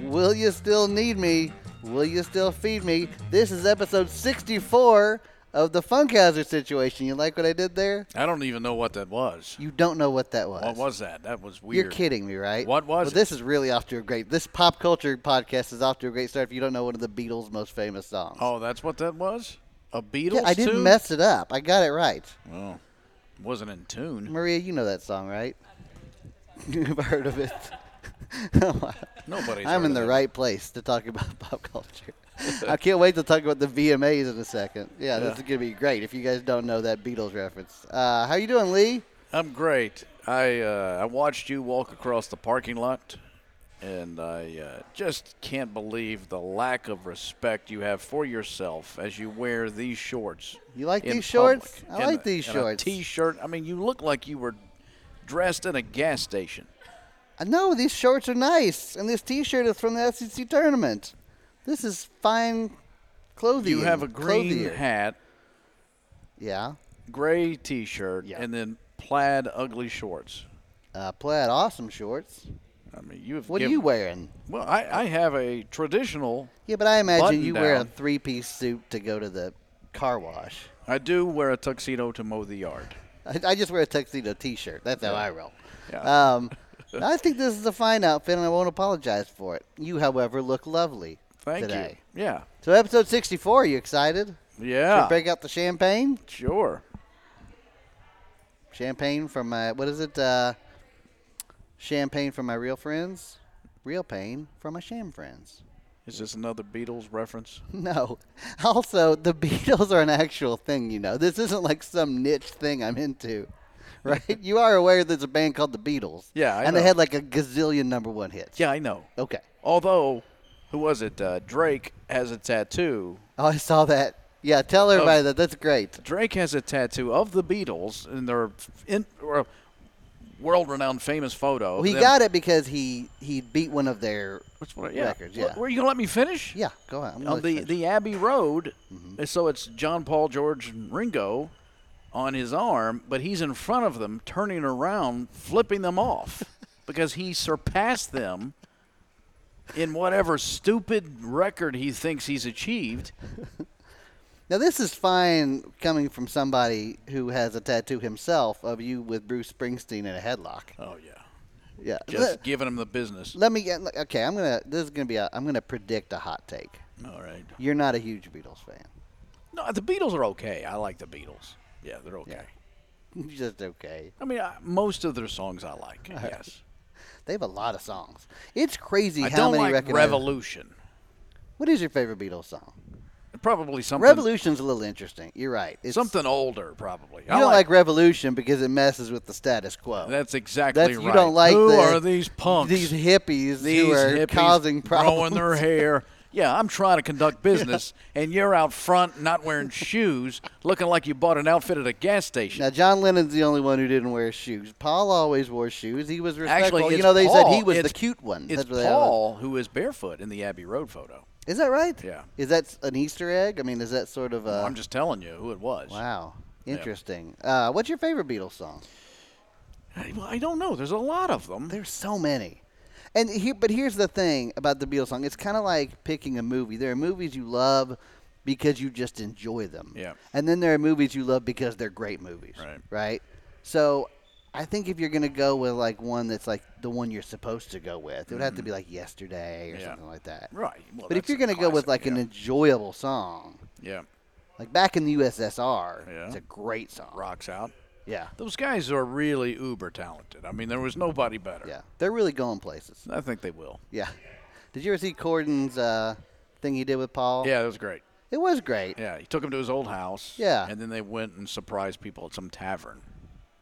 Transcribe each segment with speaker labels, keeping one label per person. Speaker 1: Will you still need me? Will you still feed me? This is episode 64 of the Funkhauser situation. You like what I did there?
Speaker 2: I don't even know what that was.
Speaker 1: You don't know what that was.
Speaker 2: What was that? That was weird.
Speaker 1: You're kidding me, right?
Speaker 2: What was
Speaker 1: Well,
Speaker 2: it?
Speaker 1: this is really off to a great. This pop culture podcast is off to a great start. If you don't know one of the Beatles' most famous songs,
Speaker 2: Oh, that's what that was? A Beatles
Speaker 1: yeah, I didn't
Speaker 2: tune?
Speaker 1: mess it up. I got it right.
Speaker 2: Oh, wasn't in tune.
Speaker 1: Maria, you know that song, right? You've heard of it. Oh,
Speaker 2: Nobody's
Speaker 1: I'm
Speaker 2: heard
Speaker 1: in
Speaker 2: of
Speaker 1: the
Speaker 2: it.
Speaker 1: right place to talk about pop culture. I can't wait to talk about the VMAs in a second. Yeah, this is gonna be great. If you guys don't know that Beatles reference, uh, how you doing, Lee?
Speaker 2: I'm great. I uh, I watched you walk across the parking lot, and I uh, just can't believe the lack of respect you have for yourself as you wear these shorts.
Speaker 1: You like
Speaker 2: in
Speaker 1: these shorts?
Speaker 2: public.
Speaker 1: I
Speaker 2: And
Speaker 1: like
Speaker 2: a-
Speaker 1: these
Speaker 2: and a
Speaker 1: shorts.
Speaker 2: t-shirt. I mean, you look like you were dressed in a gas station.
Speaker 1: Uh, No, these shorts are nice, and this T-shirt is from the SEC tournament. This is fine clothing.
Speaker 2: You have a green
Speaker 1: clothier.
Speaker 2: hat,
Speaker 1: Yeah,
Speaker 2: gray T-shirt,
Speaker 1: Yeah.
Speaker 2: and then plaid ugly shorts.
Speaker 1: uh, plaid, awesome shorts.
Speaker 2: I mean, you have.
Speaker 1: What are
Speaker 2: given-
Speaker 1: you wearing?
Speaker 2: Well, I, I have a traditional.
Speaker 1: Yeah, but I imagine
Speaker 2: Button
Speaker 1: you wear a
Speaker 2: down.
Speaker 1: three-piece suit to go to the car wash.
Speaker 2: I do wear a tuxedo to mow the yard.
Speaker 1: I, I just wear a tuxedo T-shirt. That's how I roll.
Speaker 2: Yeah.
Speaker 1: Um, I think this is a fine outfit, and I won't apologize for it. You, however, look lovely
Speaker 2: Thank
Speaker 1: today.
Speaker 2: you. Yeah.
Speaker 1: So, episode sixty-four. Are you excited? Should
Speaker 2: Yeah.
Speaker 1: we break out the champagne.
Speaker 2: Sure.
Speaker 1: Champagne from my what is it? Uh, champagne from my real friends. Real pain from my sham friends.
Speaker 2: Is this another Beatles reference?
Speaker 1: No. Also, the Beatles are an actual thing, you know. This isn't like some niche thing I'm into, right? you are aware there's a band called the Beatles.
Speaker 2: Yeah, I
Speaker 1: and they
Speaker 2: know.
Speaker 1: had like a gazillion number one hits.
Speaker 2: Yeah, I know.
Speaker 1: Okay.
Speaker 2: Although, who was it? Uh, Drake has a tattoo.
Speaker 1: Oh, I saw that. Yeah, tell
Speaker 2: Oh.
Speaker 1: everybody that. That's great.
Speaker 2: Drake has a tattoo of the Beatles in their in, or world-renowned famous photo.
Speaker 1: Well, he got it because he he beat one of their.
Speaker 2: Oh, Which one? Yeah.
Speaker 1: records, yeah.
Speaker 2: Were you gonna let me finish?
Speaker 1: Yeah, go ahead. I'm gonna
Speaker 2: on
Speaker 1: let you
Speaker 2: the,
Speaker 1: finish.
Speaker 2: the Abbey Road. So it's John Paul, George, and Ringo on his arm, but he's in front of them, turning around, flipping them off because he surpassed them in whatever stupid record he thinks he's achieved.
Speaker 1: Now this is fine coming from somebody who has a tattoo himself of you with Bruce Springsteen in a headlock.
Speaker 2: Oh, yeah.
Speaker 1: Yeah.
Speaker 2: Just
Speaker 1: let,
Speaker 2: giving him the business.
Speaker 1: let me get okay, I'm going to this is going to be a, I'm going to predict a hot take.
Speaker 2: All right.
Speaker 1: You're not a huge Beatles fan.
Speaker 2: No, the Beatles are okay. I like the Beatles. Yeah, they're okay.
Speaker 1: You're Just okay.
Speaker 2: I mean, I, most of their songs I like. Yes.
Speaker 1: They have a lot of songs. It's crazy
Speaker 2: I
Speaker 1: how
Speaker 2: don't
Speaker 1: many
Speaker 2: like
Speaker 1: records.
Speaker 2: Revolution.
Speaker 1: what is your favorite Beatles song?
Speaker 2: Probably something.
Speaker 1: Revolution's a little interesting. You're right. It's,
Speaker 2: Something older, probably.
Speaker 1: You don't like, Revolution because it messes with the status quo.
Speaker 2: That's exactly
Speaker 1: That's
Speaker 2: right.
Speaker 1: you don't like
Speaker 2: Who
Speaker 1: the-
Speaker 2: are these punks?
Speaker 1: These hippies
Speaker 2: These
Speaker 1: who are
Speaker 2: hippies
Speaker 1: causing
Speaker 2: growing
Speaker 1: problems.
Speaker 2: their hair. Yeah, I'm trying to conduct business, and you're out front not wearing shoes, looking like you bought an outfit at a gas station.
Speaker 1: Now John Lennon's the only one who didn't wear shoes. Paul always wore shoes. He was respectful.
Speaker 2: Actually,
Speaker 1: you
Speaker 2: it's
Speaker 1: know they said he
Speaker 2: Paul-
Speaker 1: was the
Speaker 2: it's-
Speaker 1: cute one.
Speaker 2: It's
Speaker 1: That's what they
Speaker 2: Paul who is barefoot in the Abbey Road photo.
Speaker 1: Is that right?
Speaker 2: Yeah.
Speaker 1: Is that an Easter egg? I mean, is that sort of a
Speaker 2: I'm just telling you who it was.
Speaker 1: Uh, wow? Interesting. Uh, what's your favorite Beatles song?
Speaker 2: I, well, I don't know. There's a lot of them.
Speaker 1: There's so many. And here, but here's the thing about the Beatles song. It's kind of like picking a movie. There are movies you love because you just enjoy them.
Speaker 2: Yeah.
Speaker 1: And then there are movies you love because they're great movies.
Speaker 2: Right.
Speaker 1: Right. So I think if you're gonna go with like one that's like the one you're supposed to go with, it would have to be like Yesterday or
Speaker 2: Mm-hmm. Yeah.
Speaker 1: something like that.
Speaker 2: Right. Well,
Speaker 1: but if
Speaker 2: that's
Speaker 1: you're
Speaker 2: a
Speaker 1: gonna go with
Speaker 2: classic,
Speaker 1: like an
Speaker 2: yeah.
Speaker 1: enjoyable song,
Speaker 2: yeah,
Speaker 1: like back in the USSR,
Speaker 2: Yeah.
Speaker 1: it's a great song.
Speaker 2: rocks out.
Speaker 1: Yeah.
Speaker 2: Those guys are really uber talented. I mean, there was nobody better.
Speaker 1: Yeah. They're really going places.
Speaker 2: I think they will.
Speaker 1: Yeah. Did you ever see Corden's uh, thing he did with Paul?
Speaker 2: Yeah, that was great.
Speaker 1: It was great.
Speaker 2: Yeah, he took him to his old house.
Speaker 1: Yeah.
Speaker 2: and then they went and surprised people at some tavern.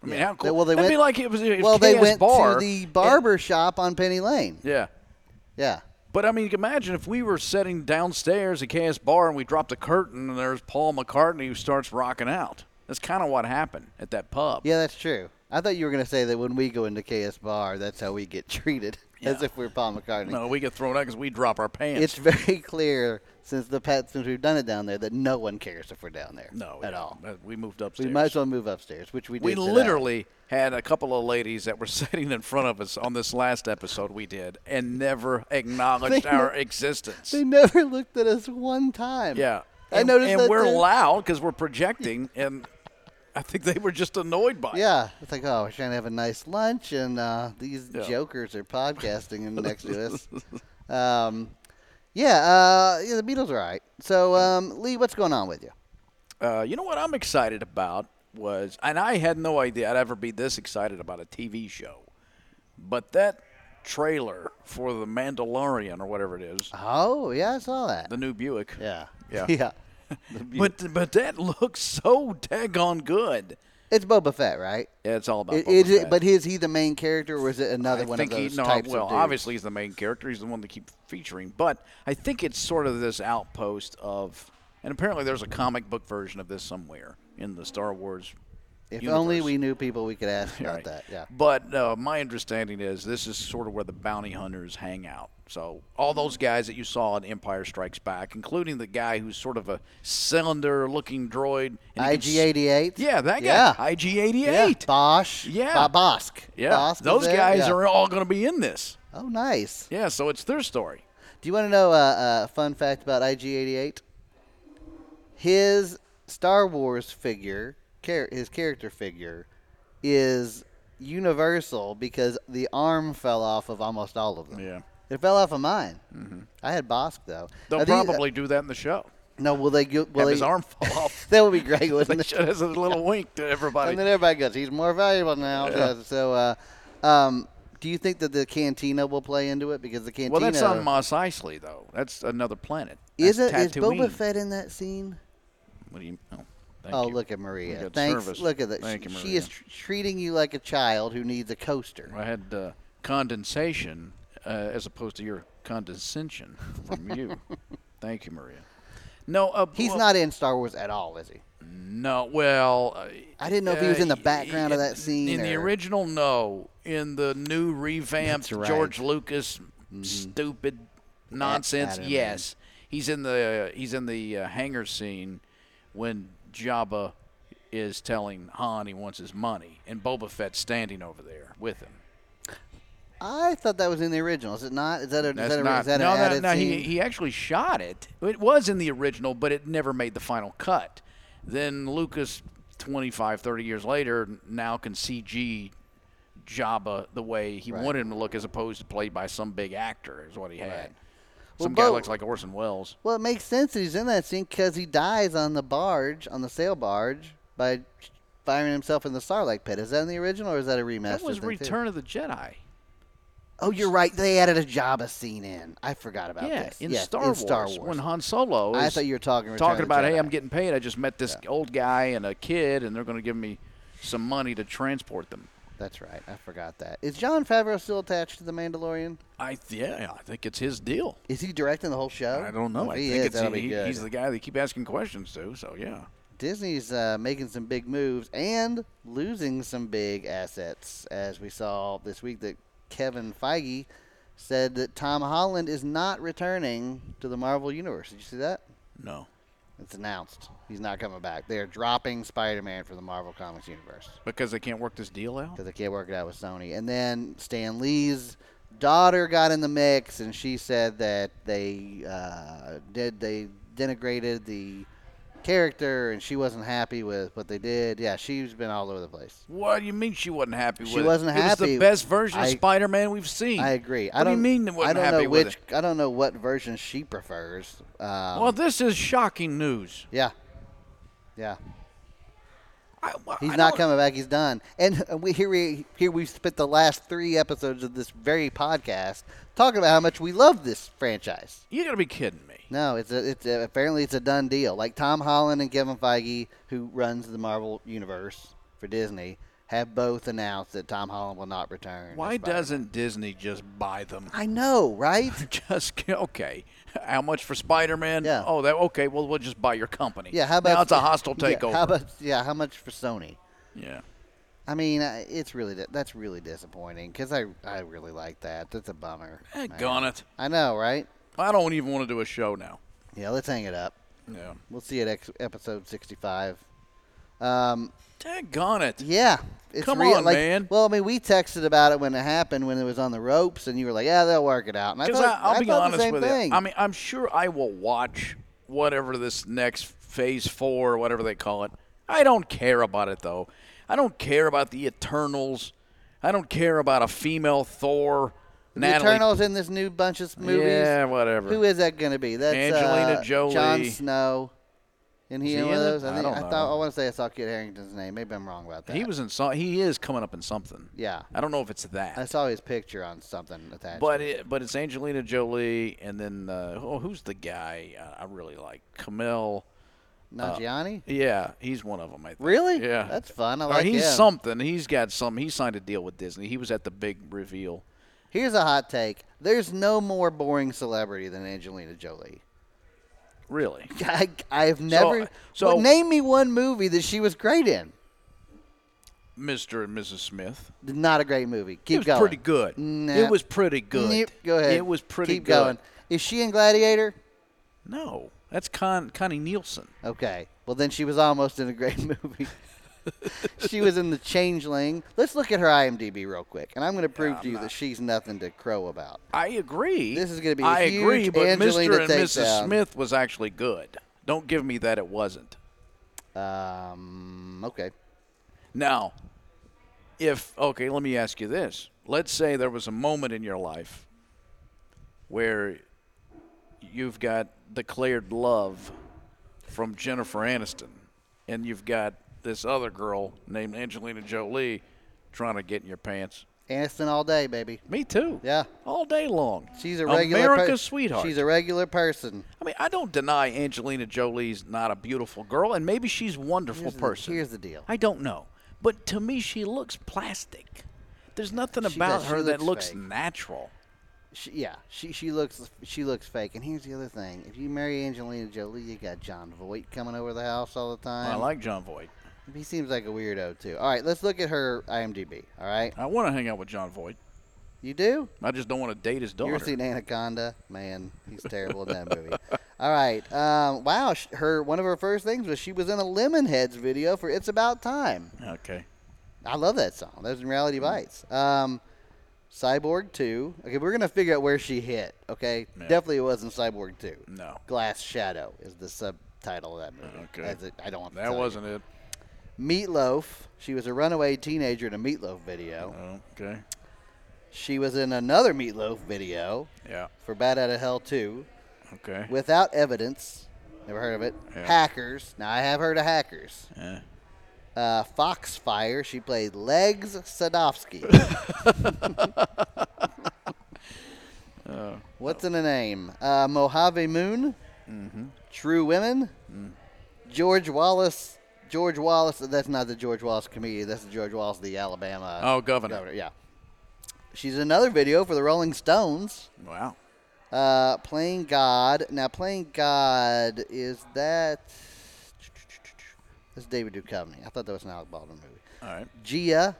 Speaker 2: I mean,
Speaker 1: Yeah.
Speaker 2: how cool?
Speaker 1: Well, they
Speaker 2: That'd
Speaker 1: went-
Speaker 2: be like it was. It was
Speaker 1: Well, they
Speaker 2: Chaos
Speaker 1: went
Speaker 2: bar.
Speaker 1: to the barber shop on Penny Lane.
Speaker 2: And- yeah,
Speaker 1: Yeah.
Speaker 2: but I mean, imagine if we were sitting downstairs at KS Bar and we dropped a curtain and there's Paul McCartney who starts rocking out. That's kind of what happened at that pub.
Speaker 1: Yeah, that's true. I thought you were going to say that when we go into KS Bar, that's how we get treated, as
Speaker 2: Yeah.
Speaker 1: if we're Paul McCartney.
Speaker 2: No, we get thrown out because we drop our pants.
Speaker 1: It's very clear since the pat since we've done it down there that no one cares if we're down there.
Speaker 2: no,
Speaker 1: at
Speaker 2: yeah.
Speaker 1: all.
Speaker 2: Uh, We moved
Speaker 1: We
Speaker 2: upstairs.
Speaker 1: might as well move upstairs, which we did.
Speaker 2: We
Speaker 1: today.
Speaker 2: literally had a couple of ladies that were sitting in front of us on this last episode we did and never acknowledged
Speaker 1: They-
Speaker 2: our existence.
Speaker 1: they never looked at us one time.
Speaker 2: yeah.
Speaker 1: I
Speaker 2: and,
Speaker 1: noticed
Speaker 2: And
Speaker 1: that
Speaker 2: we're
Speaker 1: too.
Speaker 2: loud because we're projecting, and I think they were just annoyed by it.
Speaker 1: Yeah, it's like oh, we're trying to have a nice lunch, and uh, these
Speaker 2: Yeah.
Speaker 1: jokers are podcasting in next to us. Um, yeah, uh, yeah, the Beatles are all right. So um, Lee, what's going on with you?
Speaker 2: Uh, you know what I'm excited about was, and I had no idea I'd ever be this excited about a TV show, but that trailer for The Mandalorian or whatever it is,
Speaker 1: Oh yeah, I saw that.
Speaker 2: the new Buick.
Speaker 1: yeah,
Speaker 2: Yeah.
Speaker 1: yeah.
Speaker 2: But but that looks so daggone good.
Speaker 1: It's Boba Fett, right?
Speaker 2: Yeah, it's all about.
Speaker 1: It,
Speaker 2: Oh, Boba
Speaker 1: is it,
Speaker 2: Fett.
Speaker 1: but is he the main character, or is it another
Speaker 2: I
Speaker 1: one
Speaker 2: think
Speaker 1: of those
Speaker 2: he, no,
Speaker 1: types
Speaker 2: well,
Speaker 1: of dudes?
Speaker 2: obviously he's the main character. He's the one they keep featuring. But I think it's sort of this outpost of, and apparently there's a comic book version of this somewhere in the Star Wars.
Speaker 1: If
Speaker 2: universe.
Speaker 1: only we knew people we could ask about
Speaker 2: Right.
Speaker 1: that. Yeah.
Speaker 2: But uh, my understanding is this is sort of where the bounty hunters hang out. So all those guys that you saw in Empire Strikes Back, including the guy who's sort of a cylinder-looking droid. and he can s-
Speaker 1: IG88.
Speaker 2: Yeah, that guy.
Speaker 1: Yeah.
Speaker 2: IG88.
Speaker 1: Yeah. Bosch.
Speaker 2: Yeah.
Speaker 1: Bo- Bosk.
Speaker 2: Yeah,
Speaker 1: Bosk was
Speaker 2: those
Speaker 1: there,
Speaker 2: guys
Speaker 1: yeah.
Speaker 2: are all going to be in this.
Speaker 1: Oh, nice.
Speaker 2: Yeah, so it's their story.
Speaker 1: Do you want to know a, a fun fact about IG88? His Star Wars figure, char- his character figure, is universal because the arm fell off of almost all of them.
Speaker 2: Yeah.
Speaker 1: It fell off of mine. Mm-hmm. I had Bosk though.
Speaker 2: They'll
Speaker 1: Are these- uh,
Speaker 2: probably do that in the show.
Speaker 1: no. Will they? go- Will
Speaker 2: Have
Speaker 1: they,
Speaker 2: his arm fall off.
Speaker 1: That would be great, wouldn't
Speaker 2: they
Speaker 1: it?
Speaker 2: should have a little wink to everybody.
Speaker 1: And then everybody goes, he's more valuable now.
Speaker 2: Yeah.
Speaker 1: So, uh, um, do you think that the cantina will play into it? Because the cantina.
Speaker 2: well, that's on Mos Eisley, though. That's another planet.
Speaker 1: is
Speaker 2: That's
Speaker 1: it? Is Boba
Speaker 2: Tatooine.
Speaker 1: Fett in that scene?
Speaker 2: What do you? Oh, thank
Speaker 1: oh,
Speaker 2: you.
Speaker 1: look at
Speaker 2: We
Speaker 1: Maria.
Speaker 2: got
Speaker 1: Thanks.
Speaker 2: service.
Speaker 1: Look at that.
Speaker 2: Thank you,
Speaker 1: she,
Speaker 2: Maria.
Speaker 1: is tr- treating you like a child who needs a coaster.
Speaker 2: I had uh, condensation uh, as opposed to your condescension from you. Thank you, Maria. No, uh,
Speaker 1: He's
Speaker 2: well-
Speaker 1: not in Star Wars at all, is he?
Speaker 2: No, well, uh,
Speaker 1: I didn't know if he was in the
Speaker 2: y-
Speaker 1: background of
Speaker 2: y-
Speaker 1: that scene
Speaker 2: In the
Speaker 1: or-
Speaker 2: original, no. In the new revamped
Speaker 1: That's right. Mm-hmm.
Speaker 2: George Lucas stupid nonsense,
Speaker 1: Adam.
Speaker 2: yes, he's in the he's in the uh, hangar scene when Jabba is telling Han he wants his money, and Boba Fett's standing over there with him.
Speaker 1: I thought that was in the original. Is it not? Is that a, is
Speaker 2: That's
Speaker 1: that a,
Speaker 2: not
Speaker 1: is that
Speaker 2: no,
Speaker 1: an
Speaker 2: no,
Speaker 1: added
Speaker 2: no.
Speaker 1: scene?
Speaker 2: He he actually shot it. It was in the original, but it never made the final cut. Then Lucas, 25, 30 years later, now can CG Jabba the way he
Speaker 1: Right.
Speaker 2: wanted him to look, as opposed to played by some big actor. Is what he had.
Speaker 1: Well,
Speaker 2: Some guy
Speaker 1: Bo-
Speaker 2: looks like Orson Welles.
Speaker 1: well, it makes sense that he's in that scene because he dies on the barge, on the sail barge, by firing himself in the Starlight Pit. Is that in the original or is that a remaster?
Speaker 2: That was
Speaker 1: thing, too?
Speaker 2: Return of the Jedi.
Speaker 1: Oh, you're right. They added a Jabba scene in. I forgot about
Speaker 2: Yeah,
Speaker 1: this.
Speaker 2: in,
Speaker 1: Uh, Yes,
Speaker 2: Star
Speaker 1: in Star
Speaker 2: Wars,
Speaker 1: Wars.
Speaker 2: when Han Solo.
Speaker 1: I
Speaker 2: is
Speaker 1: thought you were talking Return
Speaker 2: talking
Speaker 1: of the
Speaker 2: about, hey,
Speaker 1: Jedi."
Speaker 2: I'm getting paid. I just met this old guy and a kid, and they're going to give me some money to transport them.
Speaker 1: That's right. I forgot that. Is John Favreau still attached to The Mandalorian?
Speaker 2: I th- yeah, I think it's his deal.
Speaker 1: Is he directing the whole show?
Speaker 2: I don't
Speaker 1: If
Speaker 2: know. I
Speaker 1: he
Speaker 2: think
Speaker 1: is,
Speaker 2: it's
Speaker 1: that'll
Speaker 2: he,
Speaker 1: be good.
Speaker 2: he's the guy they keep asking questions to. So yeah,
Speaker 1: Disney's uh, making some big moves and losing some big assets, as we saw this week that Kevin Feige said that Tom Holland is not returning to the Marvel Universe. Did you see that?
Speaker 2: no.
Speaker 1: It's announced. He's not coming back. They are dropping Spider-Man for the Marvel Comics Universe.
Speaker 2: Because they can't work this deal out.
Speaker 1: because they can't work it out with Sony. And then Stan Lee's daughter got in the mix, and she said that they uh, did they denigrated the character, and she wasn't happy with what they did. Yeah, she's been all over the place.
Speaker 2: What do you mean she wasn't happy
Speaker 1: She
Speaker 2: with it?
Speaker 1: wasn't
Speaker 2: It was
Speaker 1: happy.
Speaker 2: the best version of
Speaker 1: I-
Speaker 2: Spider-Man we've seen.
Speaker 1: I agree.
Speaker 2: What
Speaker 1: I don't
Speaker 2: do you mean they
Speaker 1: I
Speaker 2: wasn't
Speaker 1: don't
Speaker 2: happy
Speaker 1: know
Speaker 2: with
Speaker 1: which.
Speaker 2: it?
Speaker 1: I don't know what version she prefers. Um,
Speaker 2: Well, this is shocking news.
Speaker 1: yeah, yeah.
Speaker 2: I, I
Speaker 1: He's
Speaker 2: don't-
Speaker 1: not coming back. He's done. And we here we here we've spent the last three episodes of this very podcast talking about how much we love this franchise.
Speaker 2: You got to be kidding me.
Speaker 1: No, it's a, it's a, apparently it's a done deal. Like Tom Holland and Kevin Feige, who runs the Marvel universe for Disney, have both announced that Tom Holland will not return. as
Speaker 2: Why
Speaker 1: Spider-Man.
Speaker 2: doesn't Disney just buy them?
Speaker 1: I know, right?
Speaker 2: Just ki- okay. How much for Spider-Man?
Speaker 1: Yeah.
Speaker 2: Oh, that okay. Well, we'll just buy your company.
Speaker 1: Yeah, how about
Speaker 2: now? It's a hostile takeover.
Speaker 1: Yeah, how about yeah, how much for Sony?
Speaker 2: yeah.
Speaker 1: I mean, I- it's really di- that's really disappointing because I I really like that. That's a bummer. man.
Speaker 2: Gone it.
Speaker 1: I know, right?
Speaker 2: I don't even want to do a show now.
Speaker 1: Yeah, let's hang it up.
Speaker 2: Yeah.
Speaker 1: We'll see you at ex- episode sixty-five. Um,
Speaker 2: Daggone it.
Speaker 1: yeah, it's
Speaker 2: Come
Speaker 1: real-
Speaker 2: on,
Speaker 1: like,
Speaker 2: man.
Speaker 1: Well, I mean, we texted about it when it happened when it was on the ropes, and you were like, "Yeah, they'll work it out." And I
Speaker 2: Because
Speaker 1: thought,
Speaker 2: I'll
Speaker 1: I
Speaker 2: be
Speaker 1: thought the
Speaker 2: honest
Speaker 1: same
Speaker 2: with
Speaker 1: thing.
Speaker 2: you. I mean, I'm sure I will watch whatever this next phase four, or whatever they call it. I don't care about it though. I don't care about the Eternals. I don't care about a female Thor.
Speaker 1: The
Speaker 2: Natalie.
Speaker 1: Eternals in this new bunch of movies.
Speaker 2: Yeah, whatever.
Speaker 1: Who is that going to be? That's
Speaker 2: Angelina
Speaker 1: uh,
Speaker 2: Jolie.
Speaker 1: Jon Snow. And he
Speaker 2: Is
Speaker 1: in
Speaker 2: he
Speaker 1: one of
Speaker 2: in it?
Speaker 1: those. I,
Speaker 2: I
Speaker 1: think,
Speaker 2: don't
Speaker 1: thought
Speaker 2: know.
Speaker 1: I want to say I saw Kit Harrington's name. Maybe I'm wrong about that.
Speaker 2: He was in. So- he is coming up in something.
Speaker 1: Yeah.
Speaker 2: I don't know if it's that.
Speaker 1: I saw his picture on something attached.
Speaker 2: But it, but it's Angelina Jolie, and then uh, oh, who's the guy I, I really like? Camille. uh,
Speaker 1: Nanjiani?
Speaker 2: Yeah, he's one of them. I think.
Speaker 1: Really?
Speaker 2: Yeah,
Speaker 1: That's fun. I
Speaker 2: Or
Speaker 1: like
Speaker 2: he's
Speaker 1: him.
Speaker 2: something. He's got some. He signed a deal with Disney. He was at the big reveal.
Speaker 1: Here's a hot take. There's no more boring celebrity than Angelina Jolie.
Speaker 2: Really?
Speaker 1: I, I've never.
Speaker 2: so-
Speaker 1: Well, name me one movie that she was great in.
Speaker 2: Mr. and Mrs. Smith.
Speaker 1: Not a great movie. Keep
Speaker 2: it was
Speaker 1: going.
Speaker 2: pretty good.
Speaker 1: Nah.
Speaker 2: It was pretty good.
Speaker 1: Nope. Go ahead.
Speaker 2: It was pretty
Speaker 1: Keep
Speaker 2: good.
Speaker 1: going. Is she in Gladiator?
Speaker 2: No, that's Con, Connie Nielsen.
Speaker 1: Okay. Well, then she was almost in a great movie. she was in The Changeling. Let's look at her IMDb real quick, and I'm going to prove to you that she's nothing to crow about.
Speaker 2: I agree.
Speaker 1: This is gonna be a
Speaker 2: I
Speaker 1: huge
Speaker 2: agree, but
Speaker 1: Angelina
Speaker 2: Mr. and Mrs.
Speaker 1: takedown.
Speaker 2: Smith was actually good. Don't give me that it wasn't.
Speaker 1: Um, okay.
Speaker 2: Now, if okay, let me ask you this. Let's say there was a moment in your life where you've got declared love from Jennifer Aniston and you've got this other girl named Angelina Jolie trying to get in your pants.
Speaker 1: Aniston all day, baby.
Speaker 2: Me too.
Speaker 1: Yeah.
Speaker 2: All day long.
Speaker 1: She's a regular per-
Speaker 2: America's sweetheart.
Speaker 1: She's a regular person.
Speaker 2: I mean, I don't deny Angelina Jolie's not a beautiful girl, and maybe she's a wonderful
Speaker 1: Here's the-
Speaker 2: person.
Speaker 1: here's the deal.
Speaker 2: I don't know, but to me, she looks plastic. There's nothing
Speaker 1: She
Speaker 2: about
Speaker 1: does.
Speaker 2: her
Speaker 1: She
Speaker 2: that
Speaker 1: looks
Speaker 2: looks
Speaker 1: fake.
Speaker 2: natural.
Speaker 1: She, yeah, she she looks she looks fake. And here's the other thing: if you marry Angelina Jolie, you got John Voight coming over the house all the time.
Speaker 2: I like John Voight.
Speaker 1: He seems like a weirdo too. All right, let's look at her IMDb. All right,
Speaker 2: I want to hang out with John Voight.
Speaker 1: you do?
Speaker 2: I just don't want to date his
Speaker 1: You
Speaker 2: daughter.
Speaker 1: ever seen Anaconda? Man, he's terrible in that movie. All right. Um, wow. sh- Her one of her first things was she was in a Lemonheads video for "It's About Time."
Speaker 2: okay.
Speaker 1: I love that song. That was in Reality
Speaker 2: Mm.
Speaker 1: Bites. Um, Cyborg Two. Okay, we're gonna figure out where she hit. Okay,
Speaker 2: Yeah.
Speaker 1: definitely it wasn't Cyborg Two.
Speaker 2: No.
Speaker 1: Glass Shadow is the subtitle of that movie.
Speaker 2: Okay.
Speaker 1: That's it. I don't want to
Speaker 2: That
Speaker 1: tell you.
Speaker 2: wasn't it.
Speaker 1: Meatloaf. She was a runaway teenager in a Meatloaf video.
Speaker 2: Oh, okay.
Speaker 1: She was in another Meatloaf video
Speaker 2: Yeah.
Speaker 1: for Bad Out of Hell Two.
Speaker 2: Okay.
Speaker 1: Without evidence. Never heard of it.
Speaker 2: Yeah.
Speaker 1: Hackers. Now I have heard of hackers.
Speaker 2: Eh.
Speaker 1: Uh, Foxfire. She played Legs Sadovsky. What's in a name? Uh, Mojave Moon. True Women. George Wallace. George Wallace. That's not the George Wallace comedian. That's the George Wallace, the Alabama
Speaker 2: Oh, governor.
Speaker 1: Yeah. She's in another video for the Rolling Stones.
Speaker 2: Wow.
Speaker 1: Uh, playing God. Now, playing God is that? That's David Duchovny. I thought that was an Alec Baldwin movie.
Speaker 2: All right.
Speaker 1: Gia.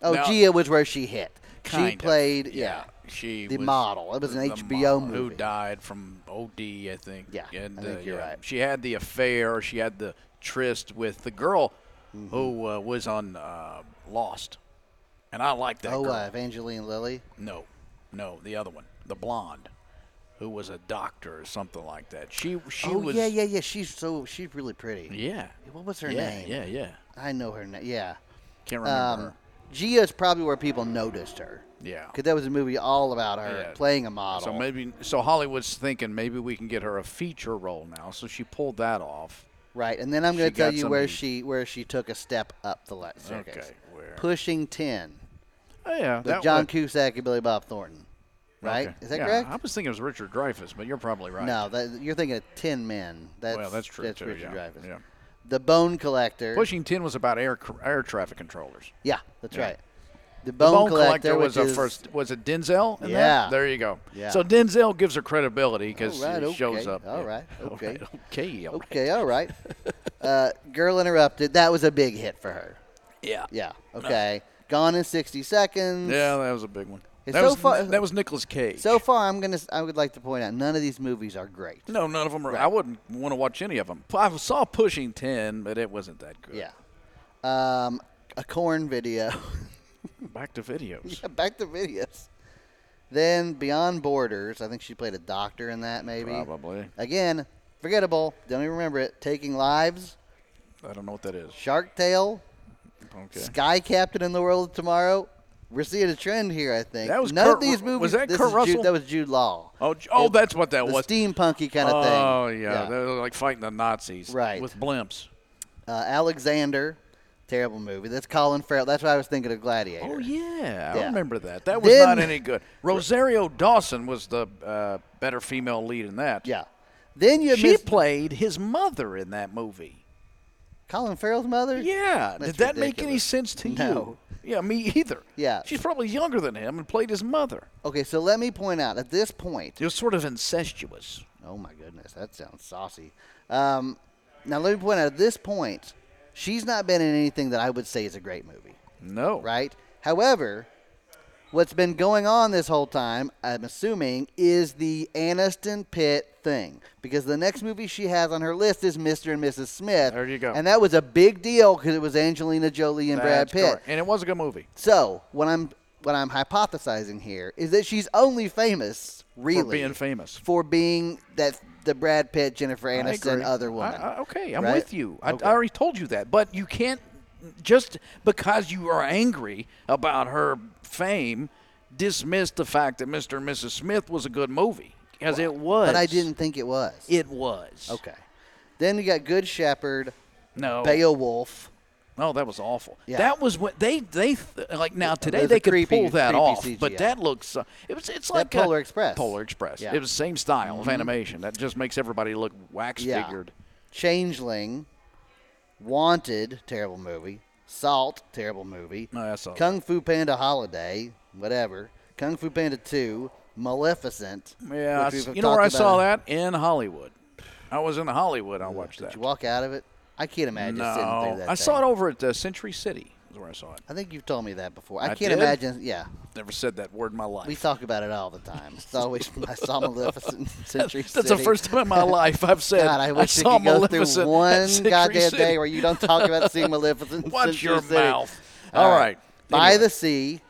Speaker 1: Oh,
Speaker 2: Now-
Speaker 1: Gia was where she hit.
Speaker 2: Kind
Speaker 1: she
Speaker 2: of.
Speaker 1: played. Yeah.
Speaker 2: Yeah. She
Speaker 1: the
Speaker 2: was
Speaker 1: model. It was an
Speaker 2: the
Speaker 1: HBO
Speaker 2: model
Speaker 1: movie.
Speaker 2: Who died from OD, I think.
Speaker 1: Yeah,
Speaker 2: and,
Speaker 1: I think
Speaker 2: uh,
Speaker 1: you're
Speaker 2: yeah.
Speaker 1: right.
Speaker 2: She had the affair. She had the tryst with the girl
Speaker 1: Mm-hmm.
Speaker 2: who uh, was on uh, Lost, and I like that
Speaker 1: Oh,
Speaker 2: girl.
Speaker 1: uh, Evangeline Lilly.
Speaker 2: No, no, the other one, the blonde, who was a doctor or something like that. She she
Speaker 1: oh
Speaker 2: was
Speaker 1: yeah, yeah, yeah. She's so she's really pretty.
Speaker 2: yeah
Speaker 1: What was her
Speaker 2: yeah,
Speaker 1: name?
Speaker 2: yeah yeah.
Speaker 1: I know her name. Yeah.
Speaker 2: Can't remember.
Speaker 1: Um,
Speaker 2: her.
Speaker 1: Gia's probably where people noticed her.
Speaker 2: Yeah.
Speaker 1: Because that was a movie all about her
Speaker 2: Yeah.
Speaker 1: playing a model.
Speaker 2: So maybe so Hollywood's thinking maybe we can get her a feature role now. So she pulled that off.
Speaker 1: Right, and then I'm going
Speaker 2: She
Speaker 1: to tell
Speaker 2: got
Speaker 1: you
Speaker 2: some
Speaker 1: where
Speaker 2: heat.
Speaker 1: she where she took a step up the le- circuit.
Speaker 2: Okay, where?
Speaker 1: Pushing ten,
Speaker 2: Oh yeah,
Speaker 1: the
Speaker 2: that
Speaker 1: John
Speaker 2: was-
Speaker 1: Cusack and Billy Bob Thornton. Right,
Speaker 2: Okay.
Speaker 1: is that
Speaker 2: Yeah,
Speaker 1: correct?
Speaker 2: I was thinking it was Richard Dreyfuss, but you're probably right.
Speaker 1: No, that, you're thinking of Ten Men. That's
Speaker 2: Well, that's true,
Speaker 1: That's
Speaker 2: too,
Speaker 1: Richard
Speaker 2: yeah,
Speaker 1: Dreyfuss.
Speaker 2: yeah.
Speaker 1: The Bone Collector.
Speaker 2: Pushing ten was about air cr- air traffic controllers.
Speaker 1: Yeah, that's
Speaker 2: Yeah.
Speaker 1: right. The
Speaker 2: The
Speaker 1: Bone, Collector,
Speaker 2: was
Speaker 1: which
Speaker 2: a
Speaker 1: is-
Speaker 2: first. Was it Denzel? in that?
Speaker 1: Yeah.
Speaker 2: There you go.
Speaker 1: Yeah.
Speaker 2: So Denzel gives her credibility because
Speaker 1: All right,
Speaker 2: it shows
Speaker 1: okay,
Speaker 2: up.
Speaker 1: all
Speaker 2: yeah.
Speaker 1: right,
Speaker 2: All
Speaker 1: okay.
Speaker 2: right, Okay. all right.
Speaker 1: Okay, all right. uh, Girl Interrupted. That was a big hit for her.
Speaker 2: Yeah.
Speaker 1: Yeah. Okay. Gone in 60 seconds.
Speaker 2: Yeah, that was a big one.
Speaker 1: It's
Speaker 2: that,
Speaker 1: so
Speaker 2: was,
Speaker 1: fu-
Speaker 2: that was Nicolas Cage.
Speaker 1: So far, I'm gonna. s- I would like to point out none of these movies are great.
Speaker 2: no, none of them are. I wouldn't want to watch any of them. I saw Pushing 10, but it wasn't that good.
Speaker 1: Yeah. Um, a corn video.
Speaker 2: Hmm, Back to videos.
Speaker 1: Yeah, Back to videos. Then Beyond Borders. I think she played a doctor in that. Maybe.
Speaker 2: Probably.
Speaker 1: Again, forgettable. Don't even remember it. Taking Lives.
Speaker 2: I don't know what that is.
Speaker 1: Shark Tale.
Speaker 2: Okay.
Speaker 1: Sky Captain in the World of Tomorrow. We're seeing a trend here, I think.
Speaker 2: That was
Speaker 1: None
Speaker 2: Kurt
Speaker 1: of these
Speaker 2: Ru-
Speaker 1: movies.
Speaker 2: was that
Speaker 1: this
Speaker 2: Kurt
Speaker 1: is
Speaker 2: Russell?
Speaker 1: Jude, that was Jude Law.
Speaker 2: Oh, j- oh,
Speaker 1: It-
Speaker 2: that's what that
Speaker 1: the
Speaker 2: was.
Speaker 1: steampunky kind of thing.
Speaker 2: oh yeah, they're like fighting the Nazis,
Speaker 1: Right.
Speaker 2: With blimps.
Speaker 1: Uh, Alexander, terrible movie. That's Colin Farrell. That's why I was thinking of Gladiator.
Speaker 2: Oh yeah, I
Speaker 1: Yeah.
Speaker 2: remember that. That was
Speaker 1: Then-
Speaker 2: not any good. Rosario Dawson was the uh, better female lead in that.
Speaker 1: Yeah. Then you
Speaker 2: she
Speaker 1: missed
Speaker 2: played his mother in that movie.
Speaker 1: Colin Farrell's mother.
Speaker 2: Yeah,
Speaker 1: That's
Speaker 2: did that make any
Speaker 1: ridiculous.
Speaker 2: sense to
Speaker 1: No.
Speaker 2: you? Yeah, me either.
Speaker 1: Yeah.
Speaker 2: she's probably younger than him and played his mother.
Speaker 1: Okay, so let me point out at this point.
Speaker 2: It was sort of incestuous.
Speaker 1: Oh my goodness, that sounds saucy. Um, now let me point out at this point, she's not been in anything that I would say is a great movie,
Speaker 2: No,
Speaker 1: right? However, what's been going on this whole time, I'm assuming, is the Aniston Pitt thing because the next movie she has on her list is Mr. and Mrs. Smith.
Speaker 2: There you go.
Speaker 1: And that was a big deal because it was Angelina Jolie and Brad
Speaker 2: That's
Speaker 1: Pitt.
Speaker 2: correct. and it was a good movie.
Speaker 1: So what I'm what I'm hypothesizing here is that she's only famous really
Speaker 2: being famous.
Speaker 1: for being that the Brad Pitt, Jennifer
Speaker 2: I
Speaker 1: Aniston,
Speaker 2: agree.
Speaker 1: other woman.
Speaker 2: I- I- okay, I'm
Speaker 1: Right?
Speaker 2: with you. I,
Speaker 1: Okay.
Speaker 2: I already told you that. But you can't just because you are angry about her fame dismiss the fact that Mr. and Mrs. Smith was a good movie because it was.
Speaker 1: but I didn't think it was.
Speaker 2: It was.
Speaker 1: okay. Then you got Good Shepherd,
Speaker 2: No.
Speaker 1: Beowulf.
Speaker 2: No, that was awful.
Speaker 1: Yeah.
Speaker 2: That was what they they th- like. Now today
Speaker 1: there's
Speaker 2: they
Speaker 1: a
Speaker 2: could
Speaker 1: creepy-
Speaker 2: pull that
Speaker 1: creepy
Speaker 2: off,
Speaker 1: CGI.
Speaker 2: but that looks uh, it was it's like
Speaker 1: Polar
Speaker 2: a-
Speaker 1: Express.
Speaker 2: Polar Express.
Speaker 1: Yeah. Mm-hmm.
Speaker 2: It was the same style of animation that just makes everybody look wax
Speaker 1: Yeah.
Speaker 2: figured.
Speaker 1: Changeling, Wanted, terrible movie. Salt, terrible movie.
Speaker 2: No, that's all.
Speaker 1: Kung Fu Panda Holiday, whatever. Kung Fu Panda 2, Maleficent.
Speaker 2: Yeah, I
Speaker 1: which
Speaker 2: s-
Speaker 1: we've
Speaker 2: you know where I
Speaker 1: talked
Speaker 2: saw
Speaker 1: about.
Speaker 2: that in Hollywood. I was in Hollywood. I watched
Speaker 1: Did
Speaker 2: that.
Speaker 1: you walk out of it? I can't imagine sitting
Speaker 2: no,
Speaker 1: through that.
Speaker 2: I saw it
Speaker 1: thing.
Speaker 2: over at uh, Century City. Is where I saw it.
Speaker 1: I think you've told me that before. I,
Speaker 2: I
Speaker 1: can't
Speaker 2: did?
Speaker 1: imagine. Yeah,
Speaker 2: Never said that word in my life.
Speaker 1: we talk about it all the time. It's always I saw Maleficent in Century
Speaker 2: That's the
Speaker 1: City.
Speaker 2: first time in my life I've said
Speaker 1: God, I wish you
Speaker 2: saw
Speaker 1: could go
Speaker 2: Maleficent
Speaker 1: through
Speaker 2: at
Speaker 1: one
Speaker 2: Century
Speaker 1: goddamn
Speaker 2: City.
Speaker 1: day where you don't talk about seeing Maleficent. in
Speaker 2: Watch
Speaker 1: Century
Speaker 2: your
Speaker 1: City.
Speaker 2: mouth. All right.
Speaker 1: By
Speaker 2: Anyway.
Speaker 1: the Sea,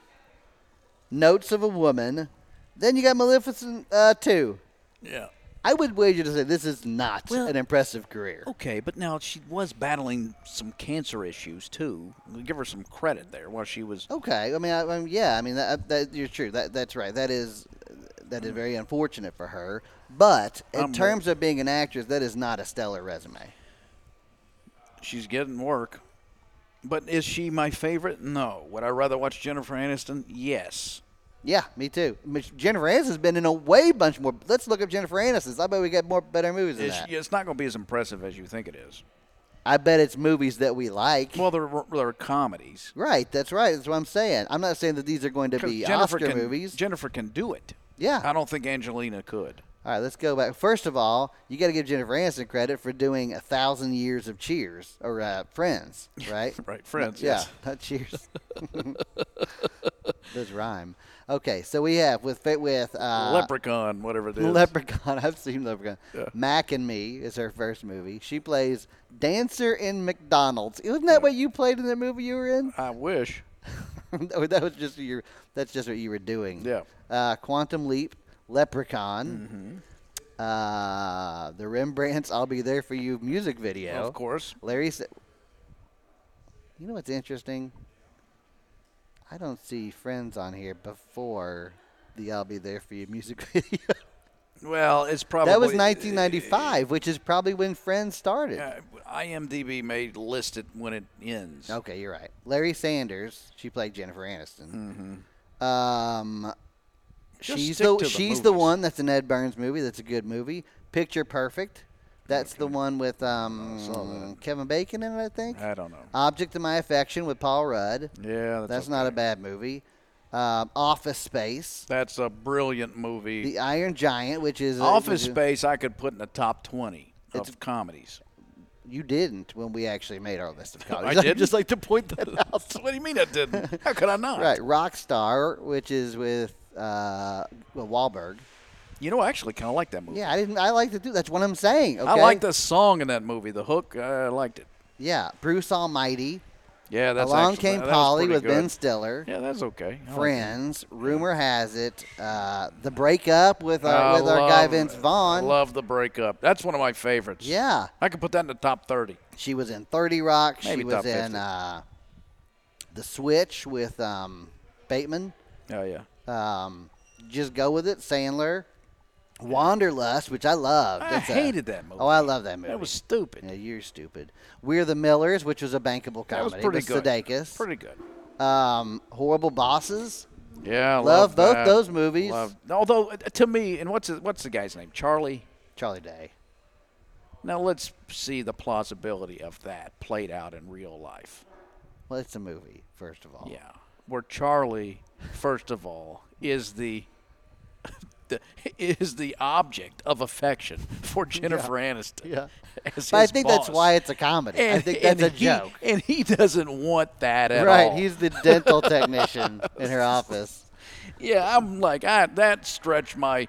Speaker 1: Notes of a Woman. Then you got Maleficent uh, two.
Speaker 2: Yeah.
Speaker 1: I would wager to say this is not
Speaker 2: Well-
Speaker 1: an impressive career.
Speaker 2: Okay, but now she was battling some cancer issues too. We give her some credit there while she was.
Speaker 1: Okay, I mean, I, I mean, yeah, I mean, that, that you're true. That that's right. That is that is very unfortunate for her. But in
Speaker 2: I'm-
Speaker 1: terms of being an actress, that is not a stellar resume.
Speaker 2: She's getting work. But is she my favorite? No. Would I rather watch Jennifer Aniston? Yes.
Speaker 1: Yeah, me too. I mean, Jennifer Aniston's been in a way bunch more. Let's look up Jennifer Aniston's. I bet we get more better movies than
Speaker 2: It's,
Speaker 1: that.
Speaker 2: it's not going to be as impressive as you think it is.
Speaker 1: I bet it's movies that we like.
Speaker 2: Well, there were, there were comedies.
Speaker 1: right, that's right. That's what I'm saying. I'm not saying that these are going to be
Speaker 2: Jennifer
Speaker 1: Oscar
Speaker 2: can,
Speaker 1: movies.
Speaker 2: Jennifer can do it.
Speaker 1: Yeah.
Speaker 2: I don't think Angelina could.
Speaker 1: all right, let's go back. First of all, you got to give Jennifer Aniston credit for doing a thousand years of Cheers or uh, Friends, right?
Speaker 2: Right, Friends.
Speaker 1: Yeah,
Speaker 2: Yes.
Speaker 1: not Cheers. Those rhyme. Okay, so we have with fit with uh,
Speaker 2: Leprechaun, whatever it is.
Speaker 1: Leprechaun. I've seen Leprechaun. Mac and Me is her first movie. She plays dancer in McDonald's. Isn't that what you played in the movie you were in?
Speaker 2: I wish.
Speaker 1: Or that was just your. That's just what you were doing.
Speaker 2: Yeah.
Speaker 1: Uh, Quantum Leap, Leprechaun,
Speaker 2: Mm-hmm.
Speaker 1: uh, the Rembrandts. I'll be there for you music video.
Speaker 2: Of course.
Speaker 1: Larry said, "You know what's interesting? I don't see friends on here before the "I'll Be There for You" music video.
Speaker 2: Well, it's probably eh,
Speaker 1: that was 1995, which is probably when Friends started.
Speaker 2: Uh, IMDb may list it when it ends.
Speaker 1: Okay, you're right. Larry Sanders, she played Jennifer Aniston. Um,
Speaker 2: Mm-hmm. Just
Speaker 1: she's
Speaker 2: stick
Speaker 1: the
Speaker 2: to the
Speaker 1: she's the
Speaker 2: movies.
Speaker 1: one that's an Ed Burns movie. That's a good movie. Picture Perfect. That's the one with
Speaker 2: Oh,
Speaker 1: um, Kevin Bacon in it, I think.
Speaker 2: I don't know.
Speaker 1: Object of My Affection with Paul Rudd.
Speaker 2: Yeah, that's,
Speaker 1: That's not a bad movie. Um, Office Space,
Speaker 2: That's a brilliant movie.
Speaker 1: The Iron Giant, which is
Speaker 2: Office
Speaker 1: which is-
Speaker 2: Space, I could put in the top twenty of comedies.
Speaker 1: You didn't when we actually made our list of comedies.
Speaker 2: I
Speaker 1: I'd
Speaker 2: didn't?
Speaker 1: just like to point that out.
Speaker 2: what do you mean I didn't? How could I not?
Speaker 1: Right, Rockstar, which is with uh, well, Wahlberg.
Speaker 2: You know, I actually kind of like that movie.
Speaker 1: Yeah, I didn't. I like to do. That's what I'm saying. Okay?
Speaker 2: I like the song in that movie, the hook. I liked it.
Speaker 1: Yeah, Bruce Almighty.
Speaker 2: Yeah, that's
Speaker 1: Along
Speaker 2: actually,
Speaker 1: came
Speaker 2: that was
Speaker 1: Polly
Speaker 2: pretty
Speaker 1: with Ben
Speaker 2: good.
Speaker 1: Stiller.
Speaker 2: Yeah, that's okay. I like
Speaker 1: Friends. Rumor has it uh, the breakup with
Speaker 2: that.
Speaker 1: our,
Speaker 2: I
Speaker 1: with our guy
Speaker 2: love-
Speaker 1: Vince Vaughn.
Speaker 2: Love the breakup. That's one of my favorites.
Speaker 1: Yeah,
Speaker 2: I could put that in the top thirty.
Speaker 1: she was in Thirty Rock. she
Speaker 2: Maybe
Speaker 1: was
Speaker 2: top
Speaker 1: in
Speaker 2: 50.
Speaker 1: uh, the Switch with um, Bateman.
Speaker 2: Oh yeah.
Speaker 1: Um, just go with it, Sandler. Wanderlust, which I loved.
Speaker 2: I
Speaker 1: It's a-
Speaker 2: hated that movie.
Speaker 1: Oh, I love that movie.
Speaker 2: That was stupid.
Speaker 1: Yeah, you're stupid. We're the Millers, which was a bankable comedy.
Speaker 2: that was pretty
Speaker 1: with
Speaker 2: good.
Speaker 1: Sudeikis.
Speaker 2: Pretty good.
Speaker 1: Um, horrible bosses.
Speaker 2: Yeah, I
Speaker 1: Love
Speaker 2: love
Speaker 1: both
Speaker 2: that.
Speaker 1: those movies.
Speaker 2: Love- although uh, to me, and what's his, what's the guy's name? Charlie.
Speaker 1: Charlie Day.
Speaker 2: Now let's see the plausibility of that played out in real life.
Speaker 1: Well, it's a movie, first of all.
Speaker 2: Yeah, where Charlie, first of all, is the, the is the object of affection for Jennifer Aniston.
Speaker 1: Yeah.
Speaker 2: as
Speaker 1: But I
Speaker 2: his
Speaker 1: think that's
Speaker 2: boss.
Speaker 1: why it's a comedy. I
Speaker 2: And-
Speaker 1: think that's
Speaker 2: and
Speaker 1: a
Speaker 2: he-
Speaker 1: joke.
Speaker 2: and he doesn't want that at
Speaker 1: Right.
Speaker 2: all.
Speaker 1: He's the dental technician in her office.
Speaker 2: yeah, I'm like I, that stretched my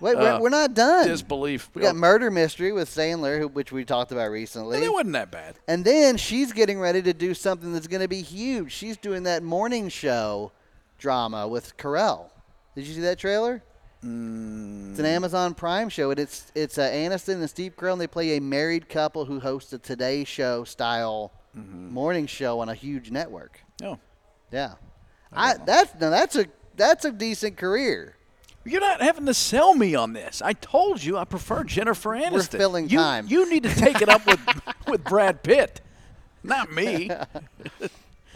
Speaker 1: Wait, we're,
Speaker 2: Uh, oh.
Speaker 1: we're not done.
Speaker 2: disbelief.
Speaker 1: we got murder mystery with Sandler, who, which we talked about recently.
Speaker 2: It wasn't that bad.
Speaker 1: And then she's getting ready to do something that's going to be huge. She's doing that morning show drama with Carell. Did you see that trailer? It's an Amazon Prime show, and it's it's uh, Aniston and Steve Carell, and they play a married couple who hosts a Today Show style morning show on a huge network.
Speaker 2: No.
Speaker 1: Yeah, I, that's now that's a that's a decent career.
Speaker 2: You're not having to sell me on this. I told you I prefer Jennifer Aniston.
Speaker 1: filling
Speaker 2: you,
Speaker 1: time.
Speaker 2: You need to take it up with with Brad Pitt, not me.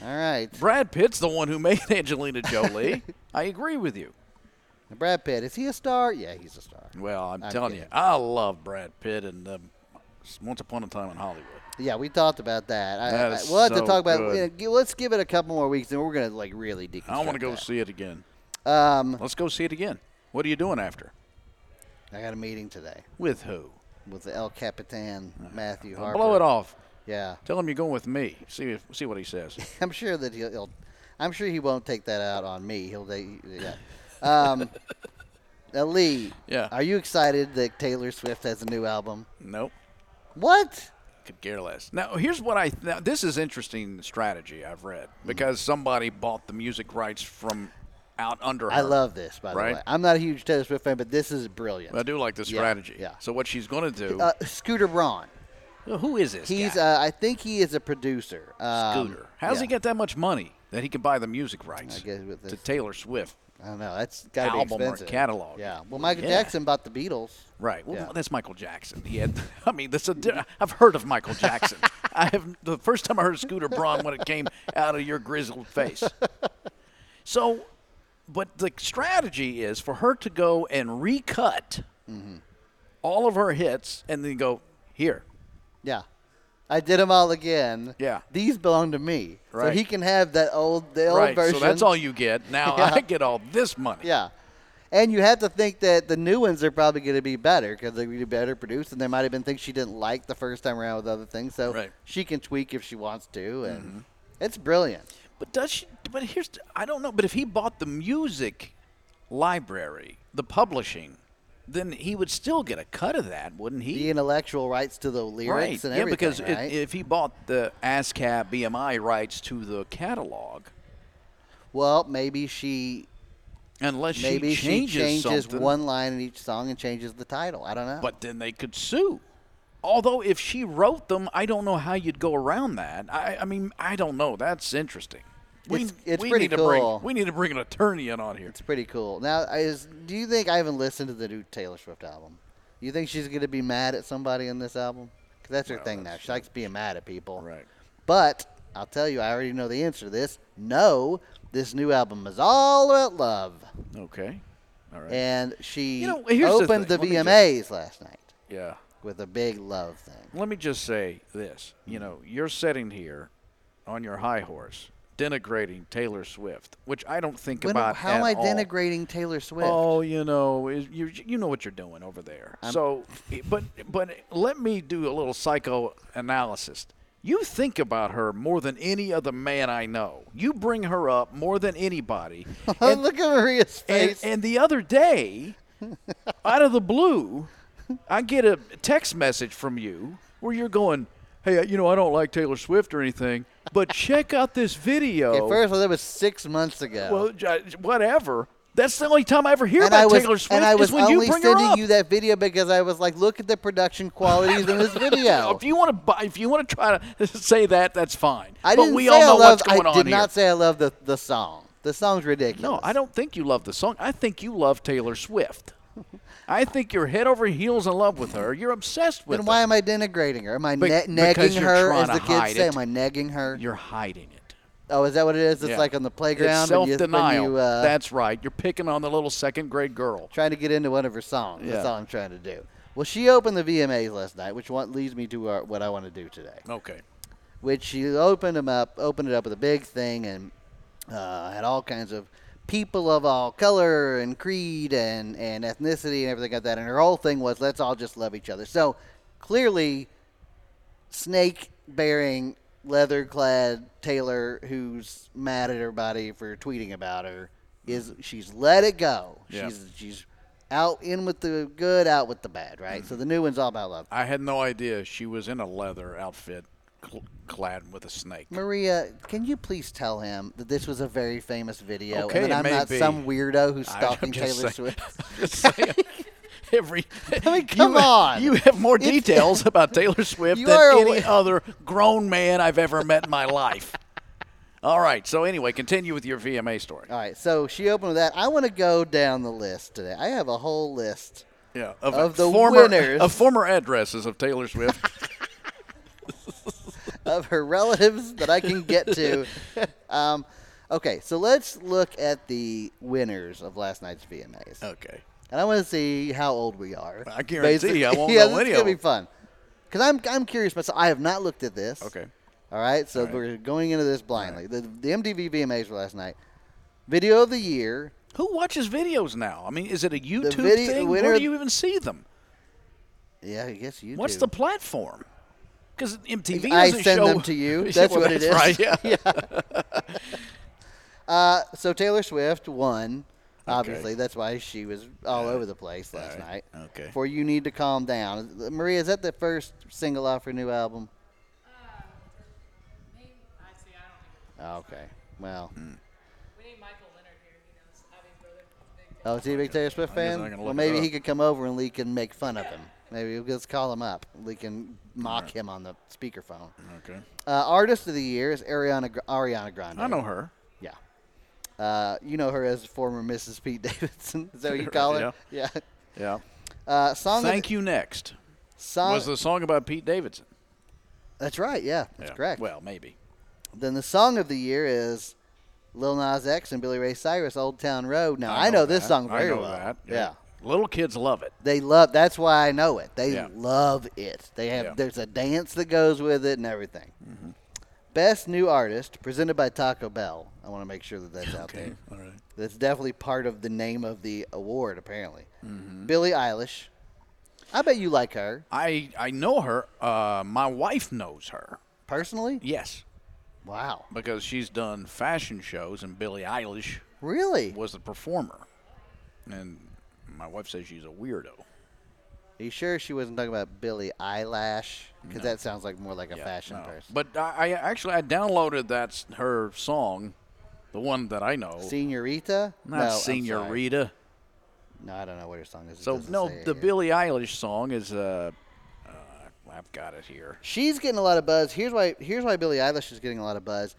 Speaker 1: All right,
Speaker 2: Brad Pitt's the one who made Angelina Jolie. I agree with you.
Speaker 1: Brad Pitt is he a star? Yeah, he's a star.
Speaker 2: Well, I'm,
Speaker 1: I'm
Speaker 2: telling
Speaker 1: kidding.
Speaker 2: you, I love Brad Pitt and um, Once Upon a Time in Hollywood.
Speaker 1: Yeah, we talked about that. I,
Speaker 2: That
Speaker 1: I-
Speaker 2: is
Speaker 1: we'll have to
Speaker 2: so
Speaker 1: talk about.
Speaker 2: good.
Speaker 1: yeah, gi- let's give it a couple more weeks, and we're gonna like really deconstruct.
Speaker 2: I want to go
Speaker 1: that.
Speaker 2: see it again.
Speaker 1: Um,
Speaker 2: Let's go see it again. What are you doing after?
Speaker 1: I got a meeting today
Speaker 2: With who?
Speaker 1: with the El Capitan Matthew Harper.
Speaker 2: Uh, Blow it off.
Speaker 1: Yeah,
Speaker 2: Tell him you're going with me. See if, see what he says.
Speaker 1: I'm sure that he'll, he'll. I'm sure he won't take that out on me. He'll. They, yeah. Um, now, Lee.
Speaker 2: Yeah.
Speaker 1: Are you excited that Taylor Swift has a new album?
Speaker 2: nope.
Speaker 1: What?
Speaker 2: could care less. Now, here's what I now, this is interesting strategy I've read because somebody bought the music rights from out under her.
Speaker 1: I love this, by
Speaker 2: Right.
Speaker 1: the way. I'm not a huge Taylor Swift fan, but this is brilliant.
Speaker 2: I do like the
Speaker 1: Yeah,
Speaker 2: strategy.
Speaker 1: yeah.
Speaker 2: So what she's going to do?
Speaker 1: Uh, Scooter Braun.
Speaker 2: who is this?
Speaker 1: He's.
Speaker 2: guy?
Speaker 1: Uh, I think he is a producer. Um,
Speaker 2: Scooter. How does he
Speaker 1: yeah.
Speaker 2: get that much money that he can buy the music rights
Speaker 1: I guess with
Speaker 2: to
Speaker 1: this-
Speaker 2: Taylor Swift?
Speaker 1: I don't know. That's got to be
Speaker 2: album or
Speaker 1: expensive.
Speaker 2: catalog.
Speaker 1: Yeah. Well, Michael
Speaker 2: Yeah.
Speaker 1: Jackson bought the Beatles.
Speaker 2: Right. Well,
Speaker 1: Yeah.
Speaker 2: that's Michael Jackson. He had, I mean, that's a. di- I've heard of Michael Jackson. I have the first time I heard of Scooter Braun when it came out of your grizzled face. So, but the strategy is for her to go and recut
Speaker 1: Mm-hmm.
Speaker 2: all of her hits and then go here.
Speaker 1: Yeah. I did them all again.
Speaker 2: Yeah.
Speaker 1: These belong to me. So
Speaker 2: Right.
Speaker 1: he can have that old the old
Speaker 2: right.
Speaker 1: version.
Speaker 2: So that's all you get. Now
Speaker 1: Yeah.
Speaker 2: I get all this money.
Speaker 1: Yeah. And you have to think that the new ones are probably going to be better because they're going to be better produced, and there might have been things she didn't like the first time around with other things. So
Speaker 2: Right. Mm-hmm.
Speaker 1: she can tweak if she wants to, and it's brilliant.
Speaker 2: But does she? But here's I don't know. But if he bought the music library, the publishing, then he would still get a cut of that, wouldn't
Speaker 1: The
Speaker 2: he?
Speaker 1: intellectual rights to the lyrics
Speaker 2: right.
Speaker 1: and
Speaker 2: yeah,
Speaker 1: everything.
Speaker 2: because it-
Speaker 1: right?
Speaker 2: if he bought the ASCAP BMI rights to the catalog,
Speaker 1: well, maybe she
Speaker 2: unless
Speaker 1: maybe
Speaker 2: she changes,
Speaker 1: she changes
Speaker 2: something,
Speaker 1: one line in each song and changes the title. I don't know.
Speaker 2: but then they could sue. Although if she wrote them, I don't know how you'd go around that. I, I mean, I don't know. That's interesting. We,
Speaker 1: It's- it's
Speaker 2: we
Speaker 1: pretty
Speaker 2: need to bring
Speaker 1: cool.
Speaker 2: we need to bring an attorney in on here.
Speaker 1: It's pretty cool. Now, is do you think I haven't listened to the new Taylor Swift album? You think she's gonna be mad at somebody in this album? Because that's her thing now. She likes being mad at people.
Speaker 2: Right.
Speaker 1: But I'll tell you, I already know the answer to this. No, this new album is all about love,
Speaker 2: Okay. All right.
Speaker 1: and she
Speaker 2: You know, here's the
Speaker 1: opened the,
Speaker 2: thing. Let me just-
Speaker 1: VMAs last night
Speaker 2: yeah.
Speaker 1: with a big love thing.
Speaker 2: Let me just say this. You know, you're sitting here on your high horse denigrating Taylor Swift, which I don't think
Speaker 1: When-
Speaker 2: about.
Speaker 1: how am I
Speaker 2: at all.
Speaker 1: denigrating Taylor Swift?
Speaker 2: Oh, you know, is- you you know what you're doing over there. so, but but let me do a little psychoanalysis. You think about her more than any other man I know. You bring her up more than anybody. And-
Speaker 1: Look at Maria's
Speaker 2: and,
Speaker 1: face.
Speaker 2: and the other day, out of the blue, I get a text message from you where you're going, "Hey, you know, I don't like Taylor Swift or anything, but check out this video."
Speaker 1: Okay, first of all, that was six months ago.
Speaker 2: Oh. well, j- whatever. That's the only time I ever hear
Speaker 1: and
Speaker 2: about
Speaker 1: I was,
Speaker 2: Taylor Swift
Speaker 1: and I was
Speaker 2: is when
Speaker 1: only
Speaker 2: you bring her
Speaker 1: sending
Speaker 2: up.
Speaker 1: you that video because I was like, look at the production qualities in this video.
Speaker 2: if you want to buy, if you want to try to say that, that's fine.
Speaker 1: I
Speaker 2: but
Speaker 1: didn't
Speaker 2: we
Speaker 1: say
Speaker 2: all
Speaker 1: I
Speaker 2: know
Speaker 1: loved,
Speaker 2: what's going
Speaker 1: I
Speaker 2: on
Speaker 1: did
Speaker 2: here.
Speaker 1: not say I love the, the song. The song's ridiculous.
Speaker 2: No, I don't think you love the song. I think you love Taylor Swift. I think you're head over heels in love with her. You're obsessed with
Speaker 1: Then
Speaker 2: her.
Speaker 1: why am I denigrating her? Am I
Speaker 2: Be-
Speaker 1: ne-
Speaker 2: because
Speaker 1: negging
Speaker 2: you're
Speaker 1: her,
Speaker 2: trying
Speaker 1: as
Speaker 2: to
Speaker 1: the kids
Speaker 2: hide
Speaker 1: say?
Speaker 2: it.
Speaker 1: Am I negging her?
Speaker 2: You're hiding it.
Speaker 1: oh, is that what it is? It's
Speaker 2: Yeah.
Speaker 1: like on the playground.
Speaker 2: It's
Speaker 1: when you-
Speaker 2: self
Speaker 1: when
Speaker 2: denial.
Speaker 1: you, uh,
Speaker 2: That's right. You're picking on the little second grade girl.
Speaker 1: trying to get into one of her songs. That's
Speaker 2: Yeah.
Speaker 1: all I'm trying to do. Well, she opened the VMAs last night, which one, leads me to uh, what I want to do today.
Speaker 2: Okay.
Speaker 1: which she opened them up, opened it up with a big thing, and uh, had all kinds of people of all color and creed and, and ethnicity and everything like that. And her whole thing was, let's all just love each other. So clearly, snake bearing, leather clad Taylor, who's mad at everybody for tweeting about her, is she's let it go.
Speaker 2: Yeah.
Speaker 1: She's she's out in with the good, out with the bad, right? So the new one's all about love.
Speaker 2: I had no idea she was in a leather outfit cl- clad with a snake.
Speaker 1: Maria, can you please tell him that this was a very famous video
Speaker 2: Okay,
Speaker 1: and that
Speaker 2: it
Speaker 1: I'm
Speaker 2: may
Speaker 1: not
Speaker 2: be.
Speaker 1: some weirdo who's
Speaker 2: I'm
Speaker 1: stalking Taylor
Speaker 2: just saying-
Speaker 1: Swift?
Speaker 2: just saying. Every
Speaker 1: mean, come
Speaker 2: you,
Speaker 1: on.
Speaker 2: You have more details about Taylor Swift
Speaker 1: You
Speaker 2: than
Speaker 1: are
Speaker 2: any
Speaker 1: aware-
Speaker 2: other grown man I've ever met in my life. All right. So anyway, continue with your VMA story.
Speaker 1: All right, so she opened with that. I want to go down the list today. I have a whole list.
Speaker 2: Yeah, of,
Speaker 1: Of the
Speaker 2: former
Speaker 1: winners.
Speaker 2: of former addresses of Taylor Swift.
Speaker 1: of her relatives that I can get to. Um, okay, so let's look at the winners of last night's VMAs.
Speaker 2: okay.
Speaker 1: And I want to see how old we are.
Speaker 2: Oh. I guarantee you I won't
Speaker 1: yeah,
Speaker 2: know
Speaker 1: this
Speaker 2: any
Speaker 1: is
Speaker 2: of
Speaker 1: gonna be
Speaker 2: them.
Speaker 1: fun. Because I'm, I'm curious myself. I have not looked at this.
Speaker 2: Okay.
Speaker 1: All right, so
Speaker 2: All right.
Speaker 1: we're going into this blindly. The, the MTV VMAs were last night. Video of the year.
Speaker 2: Who watches videos now? I mean, is it a YouTube
Speaker 1: video-
Speaker 2: thing?
Speaker 1: winner-
Speaker 2: Where do you even see them?
Speaker 1: Yeah, I guess you.
Speaker 2: What's
Speaker 1: do.
Speaker 2: the platform? Because MTV
Speaker 1: I
Speaker 2: doesn't
Speaker 1: send
Speaker 2: show
Speaker 1: them to you.
Speaker 2: Yeah,
Speaker 1: That's
Speaker 2: well,
Speaker 1: what it is.
Speaker 2: Right. Yeah.
Speaker 1: Uh, so Taylor Swift won. Obviously, that's why she was all over the place last
Speaker 2: Alright,
Speaker 1: night.
Speaker 2: okay.
Speaker 1: For you need to calm down, Maria. Is that the first single off her new album?
Speaker 3: Maybe, actually, I don't think.
Speaker 1: Oh, Okay. Well,
Speaker 2: Mm.
Speaker 3: We need Michael Leonard here. He knows. I mean, brother. Big
Speaker 1: oh, is he a big Taylor Swift
Speaker 2: I guess I
Speaker 1: fan?
Speaker 2: can
Speaker 1: Well,
Speaker 2: look it
Speaker 1: maybe he
Speaker 2: up.
Speaker 1: could come over and Lee can make fun of him. Maybe we'll just call him up. Lee can mock him on the speakerphone.
Speaker 2: Okay.
Speaker 1: Uh, artist of the year is Ariana Gr- Ariana Grande.
Speaker 2: I know her.
Speaker 1: Yeah. Uh, you know her as former Mrs. Pete Davidson. Is that what you call her? Yeah.
Speaker 2: Yeah.
Speaker 1: Uh, song.
Speaker 2: Thank you. Next
Speaker 1: Song.
Speaker 2: was the song about Pete Davidson.
Speaker 1: That's right. Yeah. That's
Speaker 2: Yeah.
Speaker 1: correct.
Speaker 2: Well, maybe.
Speaker 1: Then the song of the year is Lil Nas X and Billy Ray Cyrus, "Old Town Road." Now I, know, this
Speaker 2: that.
Speaker 1: song very
Speaker 2: I know
Speaker 1: well.
Speaker 2: That.
Speaker 1: Yeah.
Speaker 2: Little kids love it.
Speaker 1: They love. That's why I know it. They
Speaker 2: Yeah.
Speaker 1: love it. They have.
Speaker 2: Yeah. Mm-hmm.
Speaker 1: There's a dance that goes with it and everything. Best new artist presented by Taco Bell. I want to make sure that that's out there.
Speaker 2: All right.
Speaker 1: That's definitely part of the name of the award, apparently.
Speaker 2: Mm-hmm.
Speaker 1: Billie Eilish. I bet you like her
Speaker 2: I I know her. Uh, my wife knows her.
Speaker 1: personally.
Speaker 2: Yes,
Speaker 1: Wow,
Speaker 2: because she's done fashion shows, and Billie Eilish
Speaker 1: really?
Speaker 2: was the performer. And my wife says she's a weirdo.
Speaker 1: Are you sure she wasn't talking about Billie Eyelash? Because that sounds like more like a
Speaker 2: Yeah,
Speaker 1: fashion
Speaker 2: no.
Speaker 1: person.
Speaker 2: But I, I actually I downloaded that s- her song, the one that I know,
Speaker 1: Senorita?
Speaker 2: not
Speaker 1: no, I'm sorry.
Speaker 2: Senorita.
Speaker 1: No, I don't know what her song is. It
Speaker 2: So
Speaker 1: doesn't
Speaker 2: no,
Speaker 1: say it
Speaker 2: the
Speaker 1: here.
Speaker 2: Billie Eilish song is uh, uh, I've got it here.
Speaker 1: She's getting a lot of buzz. Here's why. Here's why Billie Eilish is getting a lot of buzz.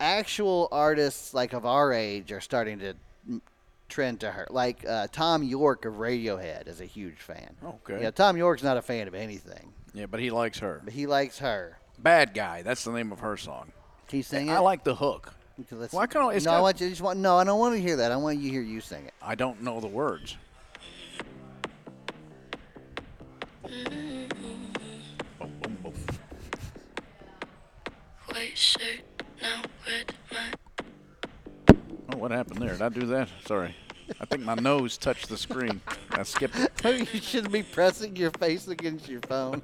Speaker 1: Actual artists like of our age are starting to mm, trend to her. Like uh, Tom York of Radiohead is a huge fan.
Speaker 2: Okay.
Speaker 1: Yeah, Tom York's not a fan of anything,
Speaker 2: Yeah, but he likes her.
Speaker 1: but he likes her.
Speaker 2: Bad guy. That's the name of her song.
Speaker 1: Can you sing
Speaker 2: I
Speaker 1: it?
Speaker 2: like the hook.
Speaker 1: Okay, let's-
Speaker 2: Why can't I- it's
Speaker 1: no, I
Speaker 2: got-
Speaker 1: want you. Just want, no, I don't want to hear that. I want you to hear you sing it.
Speaker 2: I don't know the words.
Speaker 4: White shirt, now red, my
Speaker 2: Oh, What happened there? Did I do that? Sorry. I think my nose touched the screen. I skipped it.
Speaker 1: you shouldn't be pressing your face against your phone.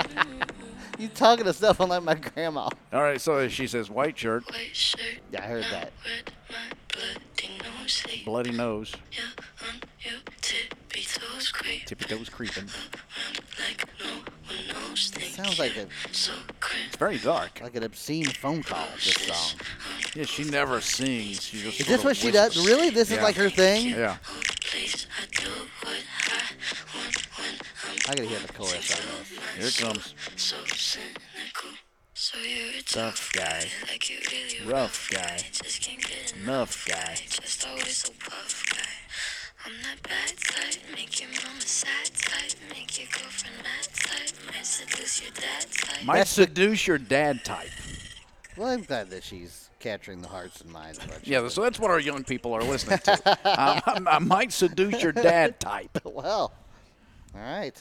Speaker 1: you talking to someone like my grandma.
Speaker 2: All right, so she says white shirt,
Speaker 4: White shirt,
Speaker 1: Yeah, I heard that.
Speaker 4: red, my bloody nose. They
Speaker 2: bloody nose,
Speaker 4: yell on you, tippy toes creep.
Speaker 2: tippy toes creeping.
Speaker 4: around like no one knows. Think
Speaker 1: Sounds like
Speaker 4: you
Speaker 1: a
Speaker 4: so
Speaker 2: It's
Speaker 4: crazy.
Speaker 2: very dark.
Speaker 1: like an obscene phone call. This song.
Speaker 2: Yeah, she never sings. She just
Speaker 1: Is
Speaker 2: sort
Speaker 1: this
Speaker 2: of
Speaker 1: what she
Speaker 2: whispers.
Speaker 1: does? Really? This is
Speaker 2: Yeah.
Speaker 1: like her thing?
Speaker 2: Yeah.
Speaker 4: Hold the place. oh, I do what I want when I'm
Speaker 1: I gotta hear the chorus on this.
Speaker 2: Here it comes.
Speaker 4: so cynical. So you're a
Speaker 2: Tough
Speaker 4: tough
Speaker 2: guy.
Speaker 4: like you really
Speaker 2: Rough guy.
Speaker 4: Just can't get enough.
Speaker 2: Enough guy.
Speaker 4: Just always a puff guy. I'm that bad type, make your mama sad type, make your girlfriend mad type, might seduce your dad type.
Speaker 2: Might seduce your dad type.
Speaker 1: Well, I'm glad that she's capturing the hearts and minds of our
Speaker 2: Yeah,
Speaker 1: children.
Speaker 2: so that's what our young people are listening to. I, I, I might seduce your dad type.
Speaker 1: Well, all right.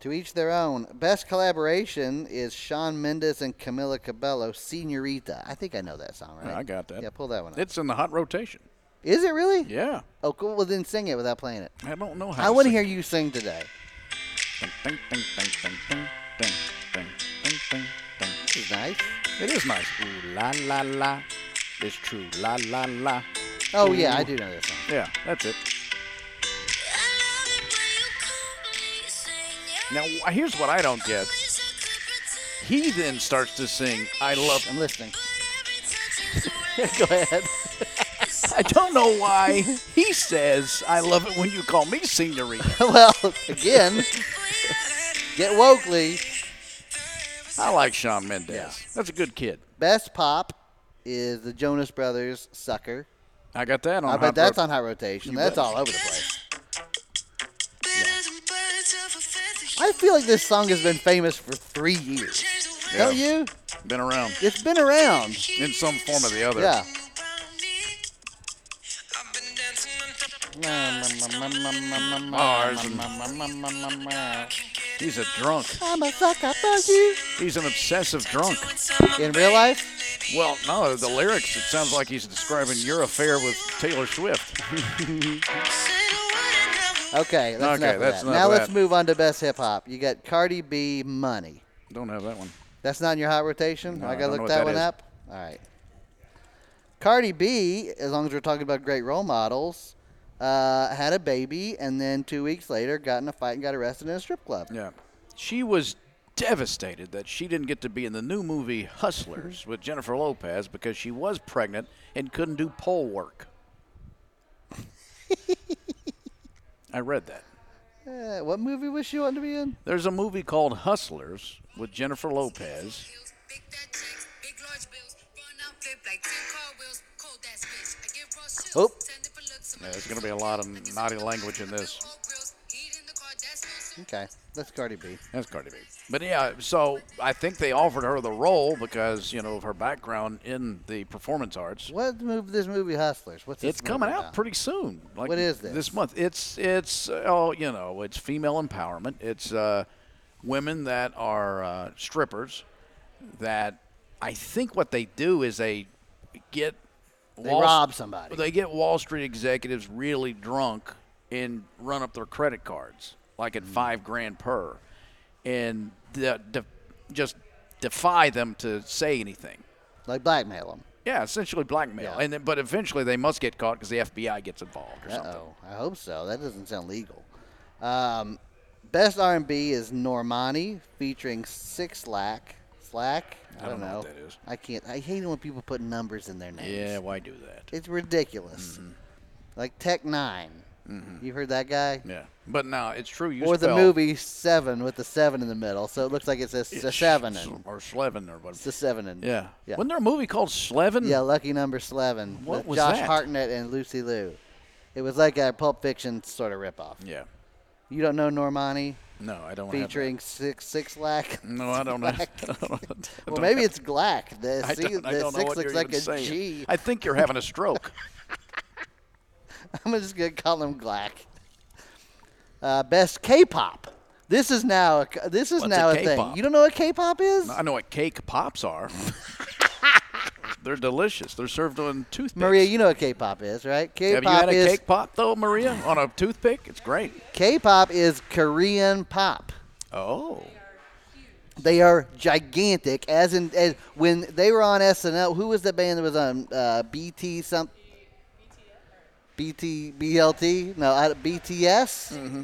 Speaker 1: To each their own. Best collaboration is Sean Mendes and Camila Cabello, Senorita. I think I know that song, right?
Speaker 2: I got that.
Speaker 1: Yeah, pull that one up.
Speaker 2: It's in the hot rotation.
Speaker 1: Is it really?
Speaker 2: Yeah.
Speaker 1: Oh, cool. Well, then sing it without playing it.
Speaker 2: I don't know how.
Speaker 1: I want to hear you sing today.
Speaker 2: Ding, ding, ding, ding, ding, ding, ding, ding, ding, ding, ding.
Speaker 1: This is nice.
Speaker 2: It is nice. Ooh la la la. It's true. La la la.
Speaker 1: Oh, yeah, I do know this song.
Speaker 2: Yeah, that's it. Now wh- here's what I don't get. He then starts to sing I love
Speaker 1: I'm listening. Go ahead.
Speaker 2: I don't know why he says I love it when you call me senorita.
Speaker 1: well, again, get wokely.
Speaker 2: I like Sean Mendez.
Speaker 1: Yeah.
Speaker 2: That's a good kid.
Speaker 1: Best pop is the Jonas Brothers, Sucker.
Speaker 2: I got that on
Speaker 1: I
Speaker 2: hot
Speaker 1: bet that's
Speaker 2: rod-
Speaker 1: on high rotation. That's all over the place. I feel like this song has been famous for three years. Don't you?
Speaker 2: been around
Speaker 1: It's been around.
Speaker 2: in some form or the other.
Speaker 1: Yeah. Oh.
Speaker 2: Mars and he's a drunk.
Speaker 1: I'm a sucker for you.
Speaker 2: He's an obsessive drunk.
Speaker 1: In real life,
Speaker 2: Well, no, the lyrics, it sounds like he's describing your affair with Taylor Swift.
Speaker 1: okay. That's
Speaker 2: Okay,
Speaker 1: enough of
Speaker 2: that's
Speaker 1: that.
Speaker 2: enough
Speaker 1: Now
Speaker 2: of
Speaker 1: let's
Speaker 2: that.
Speaker 1: move on to best hip hop. You got Cardi B, Money.
Speaker 2: Don't have that one.
Speaker 1: That's not in your hot rotation.
Speaker 2: No,
Speaker 1: I
Speaker 2: I
Speaker 1: gotta
Speaker 2: don't
Speaker 1: look
Speaker 2: know what
Speaker 1: that,
Speaker 2: that
Speaker 1: one
Speaker 2: is.
Speaker 1: up. All right. Cardi B, as long as we're talking about great role models, uh, had a baby and then two weeks later got in a fight and got arrested in a strip club.
Speaker 2: Yeah. She was devastated that she didn't get to be in the new movie Hustlers with Jennifer Lopez because she was pregnant and couldn't do pole work. I read that.
Speaker 1: Uh, what movie was she wanting to be in?
Speaker 2: There's a movie called Hustlers with Jennifer Lopez.
Speaker 1: Oh.
Speaker 2: Yeah, there's going to be a lot of naughty language in this.
Speaker 1: Okay, that's Cardi B.
Speaker 2: That's Cardi B. But yeah, so I think they offered her the role because you know of her background in the performance arts.
Speaker 1: What move this movie Hustlers? What's this
Speaker 2: It's coming
Speaker 1: movie
Speaker 2: out
Speaker 1: about?
Speaker 2: pretty soon. Like
Speaker 1: What is this?
Speaker 2: This month. It's it's uh, oh you know it's female empowerment. It's uh, women that are uh, strippers. That I think what they do is they get
Speaker 1: They rob somebody.
Speaker 2: They get Wall Street executives really drunk and run up their credit cards, like
Speaker 1: Hmm.
Speaker 2: at five grand per, and de- de- just defy them to say anything.
Speaker 1: like blackmail them.
Speaker 2: Yeah, essentially blackmail.
Speaker 1: Yeah.
Speaker 2: And then, but eventually they must get caught because the FBI gets involved or
Speaker 1: Uh
Speaker 2: something.
Speaker 1: oh, I hope so. That doesn't sound legal. Um, best R and B is Normani featuring Six Slack. Slack. I,
Speaker 2: don't know what that is.
Speaker 1: I can't. I hate it when people put numbers in their names.
Speaker 2: Yeah, Mm-hmm. why do that?
Speaker 1: It's ridiculous. Like Tech 9 You heard that guy?
Speaker 2: Mm-hmm. Yeah, but now it's true. You
Speaker 1: Or the
Speaker 2: spell
Speaker 1: movie Seven with the seven in the middle, so it looks like it says
Speaker 2: it
Speaker 1: a seven.
Speaker 2: s-
Speaker 1: and-
Speaker 2: or Slevin or
Speaker 1: It's a
Speaker 2: whatever.
Speaker 1: seven. and-
Speaker 2: Yeah.
Speaker 1: Yeah.
Speaker 2: Wasn't there a movie called Slevin?
Speaker 1: Yeah, Lucky Number Eleven
Speaker 2: What
Speaker 1: with
Speaker 2: was
Speaker 1: Josh
Speaker 2: that?
Speaker 1: Hartnett and Lucy Liu. It was like a Pulp Fiction sort of ripoff.
Speaker 2: Yeah.
Speaker 1: You don't know Normani
Speaker 2: No, I don't. have that.
Speaker 1: featuring Six Six Lack?
Speaker 2: No, I don't know. I don't know. I
Speaker 1: Well,
Speaker 2: don't
Speaker 1: maybe
Speaker 2: have-
Speaker 1: it's Glack. The,
Speaker 2: I
Speaker 1: C-
Speaker 2: don't, I
Speaker 1: the
Speaker 2: don't know
Speaker 1: six
Speaker 2: what
Speaker 1: looks
Speaker 2: you're
Speaker 1: like
Speaker 2: even
Speaker 1: a
Speaker 2: saying.
Speaker 1: G.
Speaker 2: I think you're having a stroke.
Speaker 1: I'm just gonna call him Glack. Uh, best K-pop. This is now a, c- this is
Speaker 2: What's a
Speaker 1: now a, thing.
Speaker 2: K-pop?
Speaker 1: You don't know what K-pop is?
Speaker 2: I know what cake pops are. They're delicious. They're served on toothpicks.
Speaker 1: Maria, you know what K-pop is, right?
Speaker 2: have you had
Speaker 1: K-pop
Speaker 2: a
Speaker 1: is
Speaker 2: cake pop though, Maria, on a toothpick? It's great.
Speaker 1: K-pop is Korean pop.
Speaker 2: Oh,
Speaker 1: They are gigantic. As in, as when they were on SNL, who was the band that was on uh, BT some BT BLT? No, I, BTS. Mm-hmm.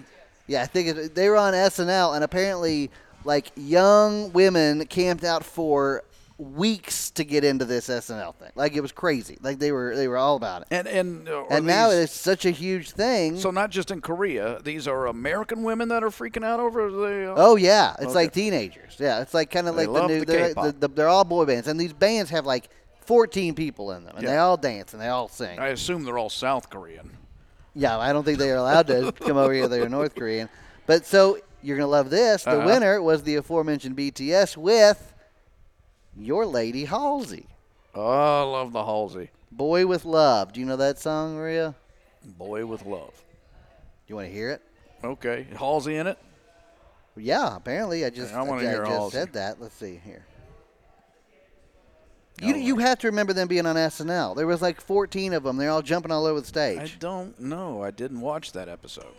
Speaker 1: Yeah, I think it, they were on SNL, and apparently, like young women camped out for weeks to get into this SNL thing. Like it was crazy. Like they were they were all about it.
Speaker 2: and and uh, are
Speaker 1: and now
Speaker 2: these-
Speaker 1: it's such a huge thing.
Speaker 2: so not just in Korea. These are American women that are freaking out over the. uh,
Speaker 1: Oh yeah, it's
Speaker 2: Okay.
Speaker 1: like teenagers. Yeah, it's like kind of like
Speaker 2: They
Speaker 1: the
Speaker 2: love
Speaker 1: new.
Speaker 2: the
Speaker 1: they're,
Speaker 2: K-pop.
Speaker 1: the- the- they're all boy bands, and these bands have like 14 people in them, and they
Speaker 2: Yeah.
Speaker 1: all dance and they all sing.
Speaker 2: I assume they're all South Korean.
Speaker 1: Yeah, I don't think they are allowed to come over here. They're North Korean, but so you're gonna love this. The
Speaker 2: Uh-huh.
Speaker 1: winner was the aforementioned BTS with your lady Halsey.
Speaker 2: Oh, I love the Halsey.
Speaker 1: Boy with Love. Do you know that song, Maria?
Speaker 2: Boy with love.
Speaker 1: You want to hear it?
Speaker 2: Okay, Halsey in it.
Speaker 1: Yeah, apparently I just
Speaker 2: I wanna hear
Speaker 1: just
Speaker 2: Halsey.
Speaker 1: said that. Let's see here. You, you have to remember them being on SNL. There was like 14 of them. They're all jumping all over the
Speaker 2: I
Speaker 1: stage.
Speaker 2: don't know. I didn't watch that episode.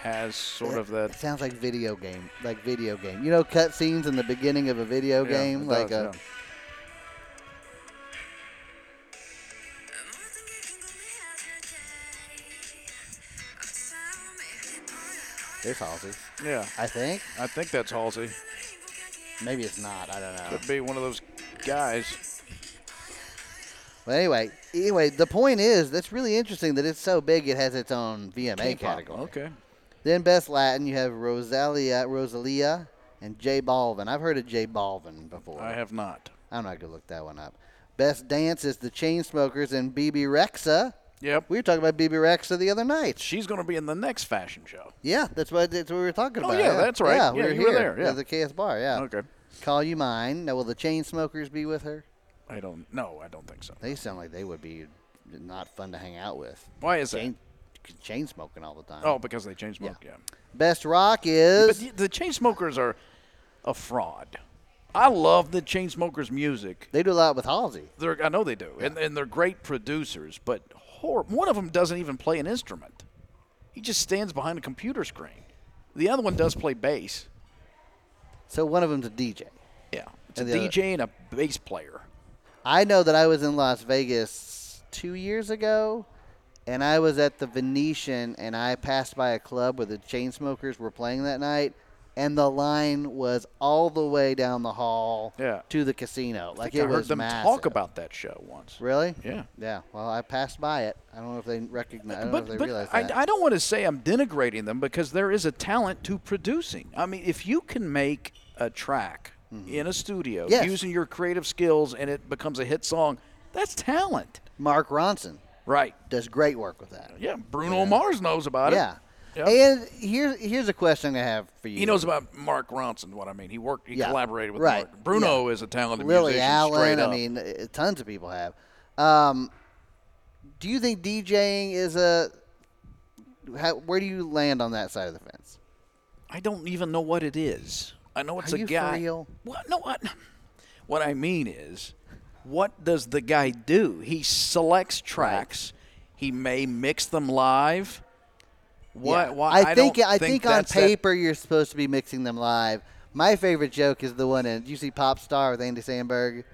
Speaker 2: Has sort of
Speaker 1: It
Speaker 2: that.
Speaker 1: sounds like video game, like video game. You know, cutscenes in the beginning of a video
Speaker 2: yeah,
Speaker 1: game,
Speaker 2: it
Speaker 1: like uh,
Speaker 2: does,
Speaker 1: a,
Speaker 2: yeah.
Speaker 1: there's Halsey.
Speaker 2: Yeah,
Speaker 1: I think
Speaker 2: I think that's Halsey.
Speaker 1: maybe it's not. I don't know.
Speaker 2: Could be one of those guys.
Speaker 1: But anyway, anyway, the point is that's really interesting that it's so big. It has its own VMA category.
Speaker 2: Okay.
Speaker 1: Then best Latin, you have Rosalia, Rosalia, and J Balvin. I've heard of J Balvin before.
Speaker 2: I have not.
Speaker 1: I'm not gonna look that one up. Best dance is the Chainsmokers and BB Rexa.
Speaker 2: Yep.
Speaker 1: We were talking about BB Rexa the other night.
Speaker 2: She's going to be in the next fashion show.
Speaker 1: Yeah, that's what that's what we were talking
Speaker 2: Oh,
Speaker 1: about.
Speaker 2: yeah, that's right.
Speaker 1: Yeah, we
Speaker 2: Yeah,
Speaker 1: were
Speaker 2: you were
Speaker 1: here
Speaker 2: there, yeah.
Speaker 1: at the KS bar. Yeah.
Speaker 2: Okay.
Speaker 1: Call you mine. Now, will the Chainsmokers be with her?
Speaker 2: I don't. No, I don't think so.
Speaker 1: They sound like they would be not fun to hang out with.
Speaker 2: Why is that?
Speaker 1: Chain, chain smoking all the time.
Speaker 2: Oh, because they changed. Yeah. yeah.
Speaker 1: Best rock
Speaker 2: But
Speaker 1: is
Speaker 2: the, the chain smokers are a fraud. I love the chain smokers' music.
Speaker 1: they do a lot with Halsey.
Speaker 2: They're, I know they do, and, and they're great producers. But hor- one of them doesn't even play an instrument; he just stands behind a computer screen. The other one does play bass.
Speaker 1: So one of them's a DJ.
Speaker 2: Yeah, it's a
Speaker 1: And the other-
Speaker 2: DJ and a bass player.
Speaker 1: I know that I was in Las Vegas two years ago, and I was at the Venetian, and I passed by a club where the Chainsmokers were playing that night, and the line was all the way down the hall
Speaker 2: Yeah.
Speaker 1: to the casino. Like
Speaker 2: I
Speaker 1: it
Speaker 2: heard
Speaker 1: was
Speaker 2: them
Speaker 1: massive.
Speaker 2: talk about that show once.
Speaker 1: Really?
Speaker 2: Yeah.
Speaker 1: Yeah. Well, I passed by it. I don't know if they recognize. I don't know if
Speaker 2: But,
Speaker 1: they
Speaker 2: but
Speaker 1: realize
Speaker 2: I,
Speaker 1: that.
Speaker 2: I don't want to say I'm denigrating them because there is a talent to producing. I mean, if you can make a track in a studio
Speaker 1: Mm-hmm. Yes.
Speaker 2: using your creative skills and it becomes a hit song, that's talent.
Speaker 1: Mark Ronson
Speaker 2: Right.
Speaker 1: does great work with that.
Speaker 2: Yeah. Bruno Mars knows about
Speaker 1: Yeah.
Speaker 2: it. Yeah.
Speaker 1: And here's here's a question I have for you.
Speaker 2: He knows about Mark Ronson, what I mean. He worked, he
Speaker 1: Yeah,
Speaker 2: collaborated with
Speaker 1: right,
Speaker 2: Mark. Bruno
Speaker 1: yeah.
Speaker 2: is a talented
Speaker 1: Lily
Speaker 2: musician.
Speaker 1: Allen.
Speaker 2: straight
Speaker 1: I
Speaker 2: up.
Speaker 1: mean, uh, tons of people have. Um, do you think DJing is a? How, where do you land on that side of the fence?
Speaker 2: I don't even know what it is. I know it's
Speaker 1: Are
Speaker 2: a
Speaker 1: you for
Speaker 2: guy.
Speaker 1: real?
Speaker 2: What? No, what? What I mean is, what does the guy do? He selects tracks. He may mix them live. What?
Speaker 1: Yeah.
Speaker 2: Why?
Speaker 1: I think
Speaker 2: don't
Speaker 1: I think, on
Speaker 2: that's that-
Speaker 1: paper you're supposed to be mixing them live. My favorite joke is the one in you see Pop Star with Andy Sandberg,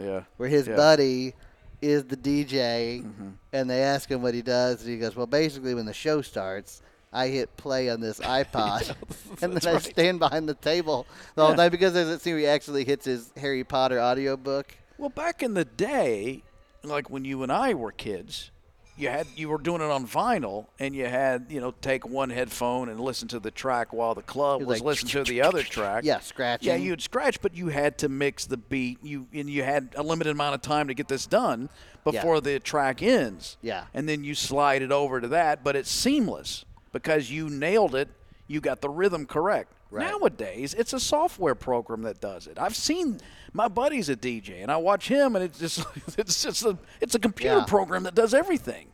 Speaker 2: yeah.
Speaker 1: where his
Speaker 2: yeah. Mm-hmm.
Speaker 1: buddy is the DJ, and they ask him what he does, and he goes, "Well, basically, when the show starts." I hit play on this iPod, and then I stand behind the table the whole
Speaker 2: Yeah.
Speaker 1: time because there's that scene where he actually hits his Harry Potter audiobook.
Speaker 2: Well, back in the day, like when you and I were kids, you had you were doing it on vinyl, and you had you know take one headphone and listen to the track while the club
Speaker 1: You're
Speaker 2: was
Speaker 1: like,
Speaker 2: listening to the other track.
Speaker 1: Yeah, scratching.
Speaker 2: Yeah, you'd scratch, but you had to mix the beat. You and you had a limited amount of time to get this done before the track ends.
Speaker 1: Yeah.
Speaker 2: and then you slide it over to that, but it's seamless because you nailed it. You got the rhythm correct.
Speaker 1: Right.
Speaker 2: Nowadays, it's a software program that does it. I've seen my buddy's a DJ, and I watch him, and it's just it's just a it's a computer
Speaker 1: Yeah.
Speaker 2: program that does everything.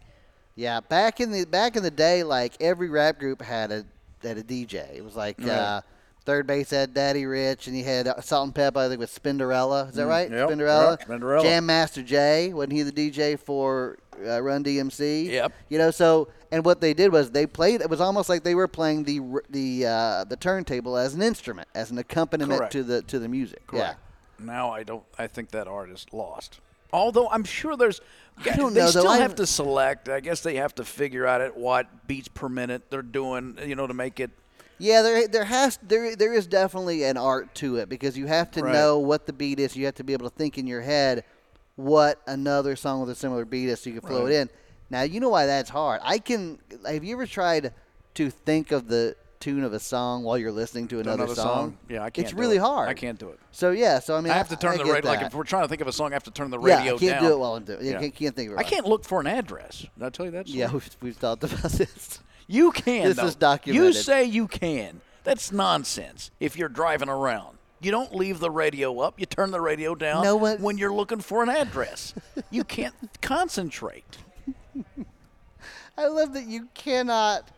Speaker 1: Yeah, back in the back in the day, like every rap group had a had a DJ. It was like uh, Third base had Daddy Rich, and you had uh, Salt and Pepper. I think with Spinderella. Is that right?
Speaker 2: Mm, yep,
Speaker 1: Spinderella.
Speaker 2: yep, Spinderella.
Speaker 1: Jam Master Jay. Wasn't he the DJ for uh, Run DMC?
Speaker 2: Yep.
Speaker 1: You know, so and what they did was they played. It was almost like they were playing the r- the uh, the turntable as an instrument, as an accompaniment
Speaker 2: Correct.
Speaker 1: to the to the music.
Speaker 2: Correct. Now I don't. I think that art is lost. Although I'm sure there's.
Speaker 1: I don't
Speaker 2: they
Speaker 1: know, though.
Speaker 2: still
Speaker 1: I-
Speaker 2: have to select. I guess they have to figure out at what beats per minute they're doing. You know, to make it.
Speaker 1: Yeah, there there has there there is definitely an art to it because you have to
Speaker 2: Right.
Speaker 1: know what the beat is. You have to be able to think in your head what another song with a similar beat is so you can flow it in. Now you know why that's hard. I can. Have you ever tried to think of the tune of a song while you're listening to another,
Speaker 2: Another song? Yeah, I can't
Speaker 1: It's
Speaker 2: do
Speaker 1: really
Speaker 2: it.
Speaker 1: hard.
Speaker 2: I can't do it.
Speaker 1: So yeah, so I mean,
Speaker 2: I have to turn the
Speaker 1: get
Speaker 2: radio. Like
Speaker 1: that.
Speaker 2: if we're trying to think of a song, I have to turn the
Speaker 1: Yeah, I
Speaker 2: radio
Speaker 1: can't
Speaker 2: down.
Speaker 1: do it while I'm doing- yeah, can't- can't think of it
Speaker 2: I
Speaker 1: right
Speaker 2: can't look for an address. Did I tell you that?
Speaker 1: yeah,
Speaker 2: story?
Speaker 1: we've, we've talked about this.
Speaker 2: you can.
Speaker 1: This
Speaker 2: though.
Speaker 1: is documented.
Speaker 2: You say you can. That's nonsense. If you're driving around, you don't leave the radio up. You turn the radio down.
Speaker 1: No one-
Speaker 2: when you're looking for an address, you can't concentrate.
Speaker 1: I love that you cannot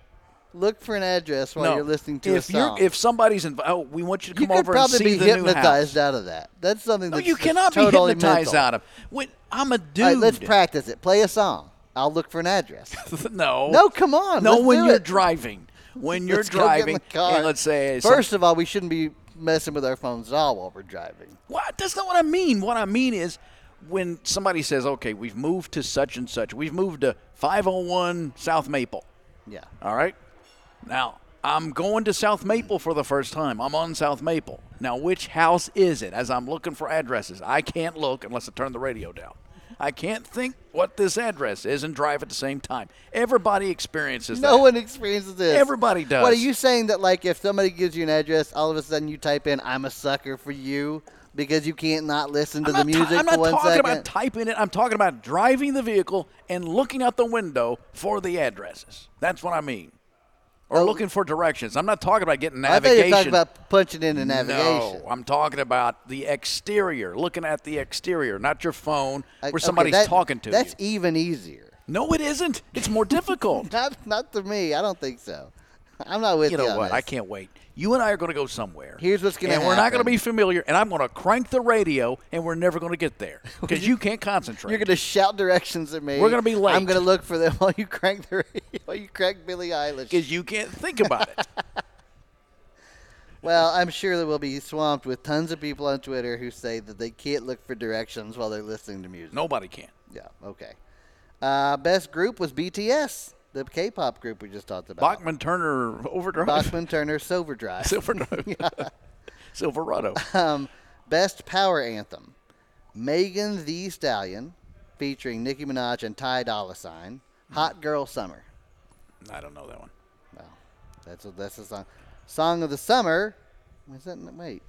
Speaker 1: look for an address while
Speaker 2: no.
Speaker 1: you're listening to
Speaker 2: if
Speaker 1: a song.
Speaker 2: You're, if somebody's invi- oh, we want you to
Speaker 1: you
Speaker 2: come
Speaker 1: could
Speaker 2: over and
Speaker 1: probably
Speaker 2: see
Speaker 1: be
Speaker 2: the new house.
Speaker 1: hypnotized out of that. That's something
Speaker 2: No,
Speaker 1: that's
Speaker 2: you
Speaker 1: that's
Speaker 2: cannot be
Speaker 1: totally
Speaker 2: hypnotized
Speaker 1: mental.
Speaker 2: out of. When, I'm a dude.
Speaker 1: All right, let's practice it. Play a song. I'll look for an address.
Speaker 2: no.
Speaker 1: No, come on,
Speaker 2: No,
Speaker 1: let's
Speaker 2: when
Speaker 1: do
Speaker 2: you're
Speaker 1: it.
Speaker 2: driving. When you're
Speaker 1: Let's go get in
Speaker 2: driving,
Speaker 1: the car.
Speaker 2: and let's say some-
Speaker 1: First of all, we shouldn't be messing with our phones at all while we're driving.
Speaker 2: What? That's not what I mean. What I mean is when somebody says, okay, we've moved to such and such, we've moved to 501 South Maple.
Speaker 1: Yeah.
Speaker 2: All right. Now, I'm going to South Maple for the first time. I'm on South Maple. Now, which house is it? As I'm looking for addresses, I can't look unless I turn the radio down. I can't think what this address is and drive at the same time. Everybody experiences
Speaker 1: No
Speaker 2: that.
Speaker 1: one experiences this.
Speaker 2: Everybody does.
Speaker 1: What are you saying that like if somebody gives you an address, all of a sudden you type in "I'm a sucker for you" because you can't not listen to
Speaker 2: I'm not,
Speaker 1: the
Speaker 2: ta-
Speaker 1: music
Speaker 2: I'm not
Speaker 1: for one
Speaker 2: talking
Speaker 1: second?
Speaker 2: about typing it. I'm talking about driving the vehicle and looking out the window for the addresses. That's what I mean. Or
Speaker 1: Oh.
Speaker 2: looking for directions. I'm not talking about getting
Speaker 1: I thought
Speaker 2: navigation.
Speaker 1: you were talking about punching in a navigation.
Speaker 2: No, I'm talking about the exterior. Looking at the exterior, not your phone,
Speaker 1: I-
Speaker 2: where
Speaker 1: okay,
Speaker 2: somebody's
Speaker 1: that-
Speaker 2: talking to
Speaker 1: That's
Speaker 2: you.
Speaker 1: even easier.
Speaker 2: No, it isn't. It's more difficult.
Speaker 1: Not, not to me. I don't think so. I'm not with
Speaker 2: you
Speaker 1: you.
Speaker 2: know
Speaker 1: on
Speaker 2: what? I
Speaker 1: this.
Speaker 2: can't wait. You and I are going to go somewhere.
Speaker 1: Here's what's gonna
Speaker 2: And we're not going to
Speaker 1: happen.
Speaker 2: be familiar. And I'm going to crank the radio, and we're never going to get there because you can't concentrate.
Speaker 1: You're gonna shout directions at me.
Speaker 2: We're gonna be late.
Speaker 1: I'm gonna look for them while you crank the radio, while you crank Billie Eilish.
Speaker 2: because you can't think about it.
Speaker 1: Well, I'm sure that we'll be swamped with tons of people on Twitter who say that they can't look for directions while they're listening to music.
Speaker 2: Nobody can.
Speaker 1: Yeah. Okay. Uh, best group was BTS, the K-pop group we just talked about.
Speaker 2: Bachman Turner Overdrive.
Speaker 1: Bachman Turner, Silver Drive.
Speaker 2: Silverado. Silverado.
Speaker 1: Um, best power anthem: Megan the Stallion, featuring Nicki Minaj and Ty Dolla Sign. Hot Girl Summer.
Speaker 2: I don't know that one.
Speaker 1: Wow, that's a, that's a song. Song of the summer. Was that n- wait?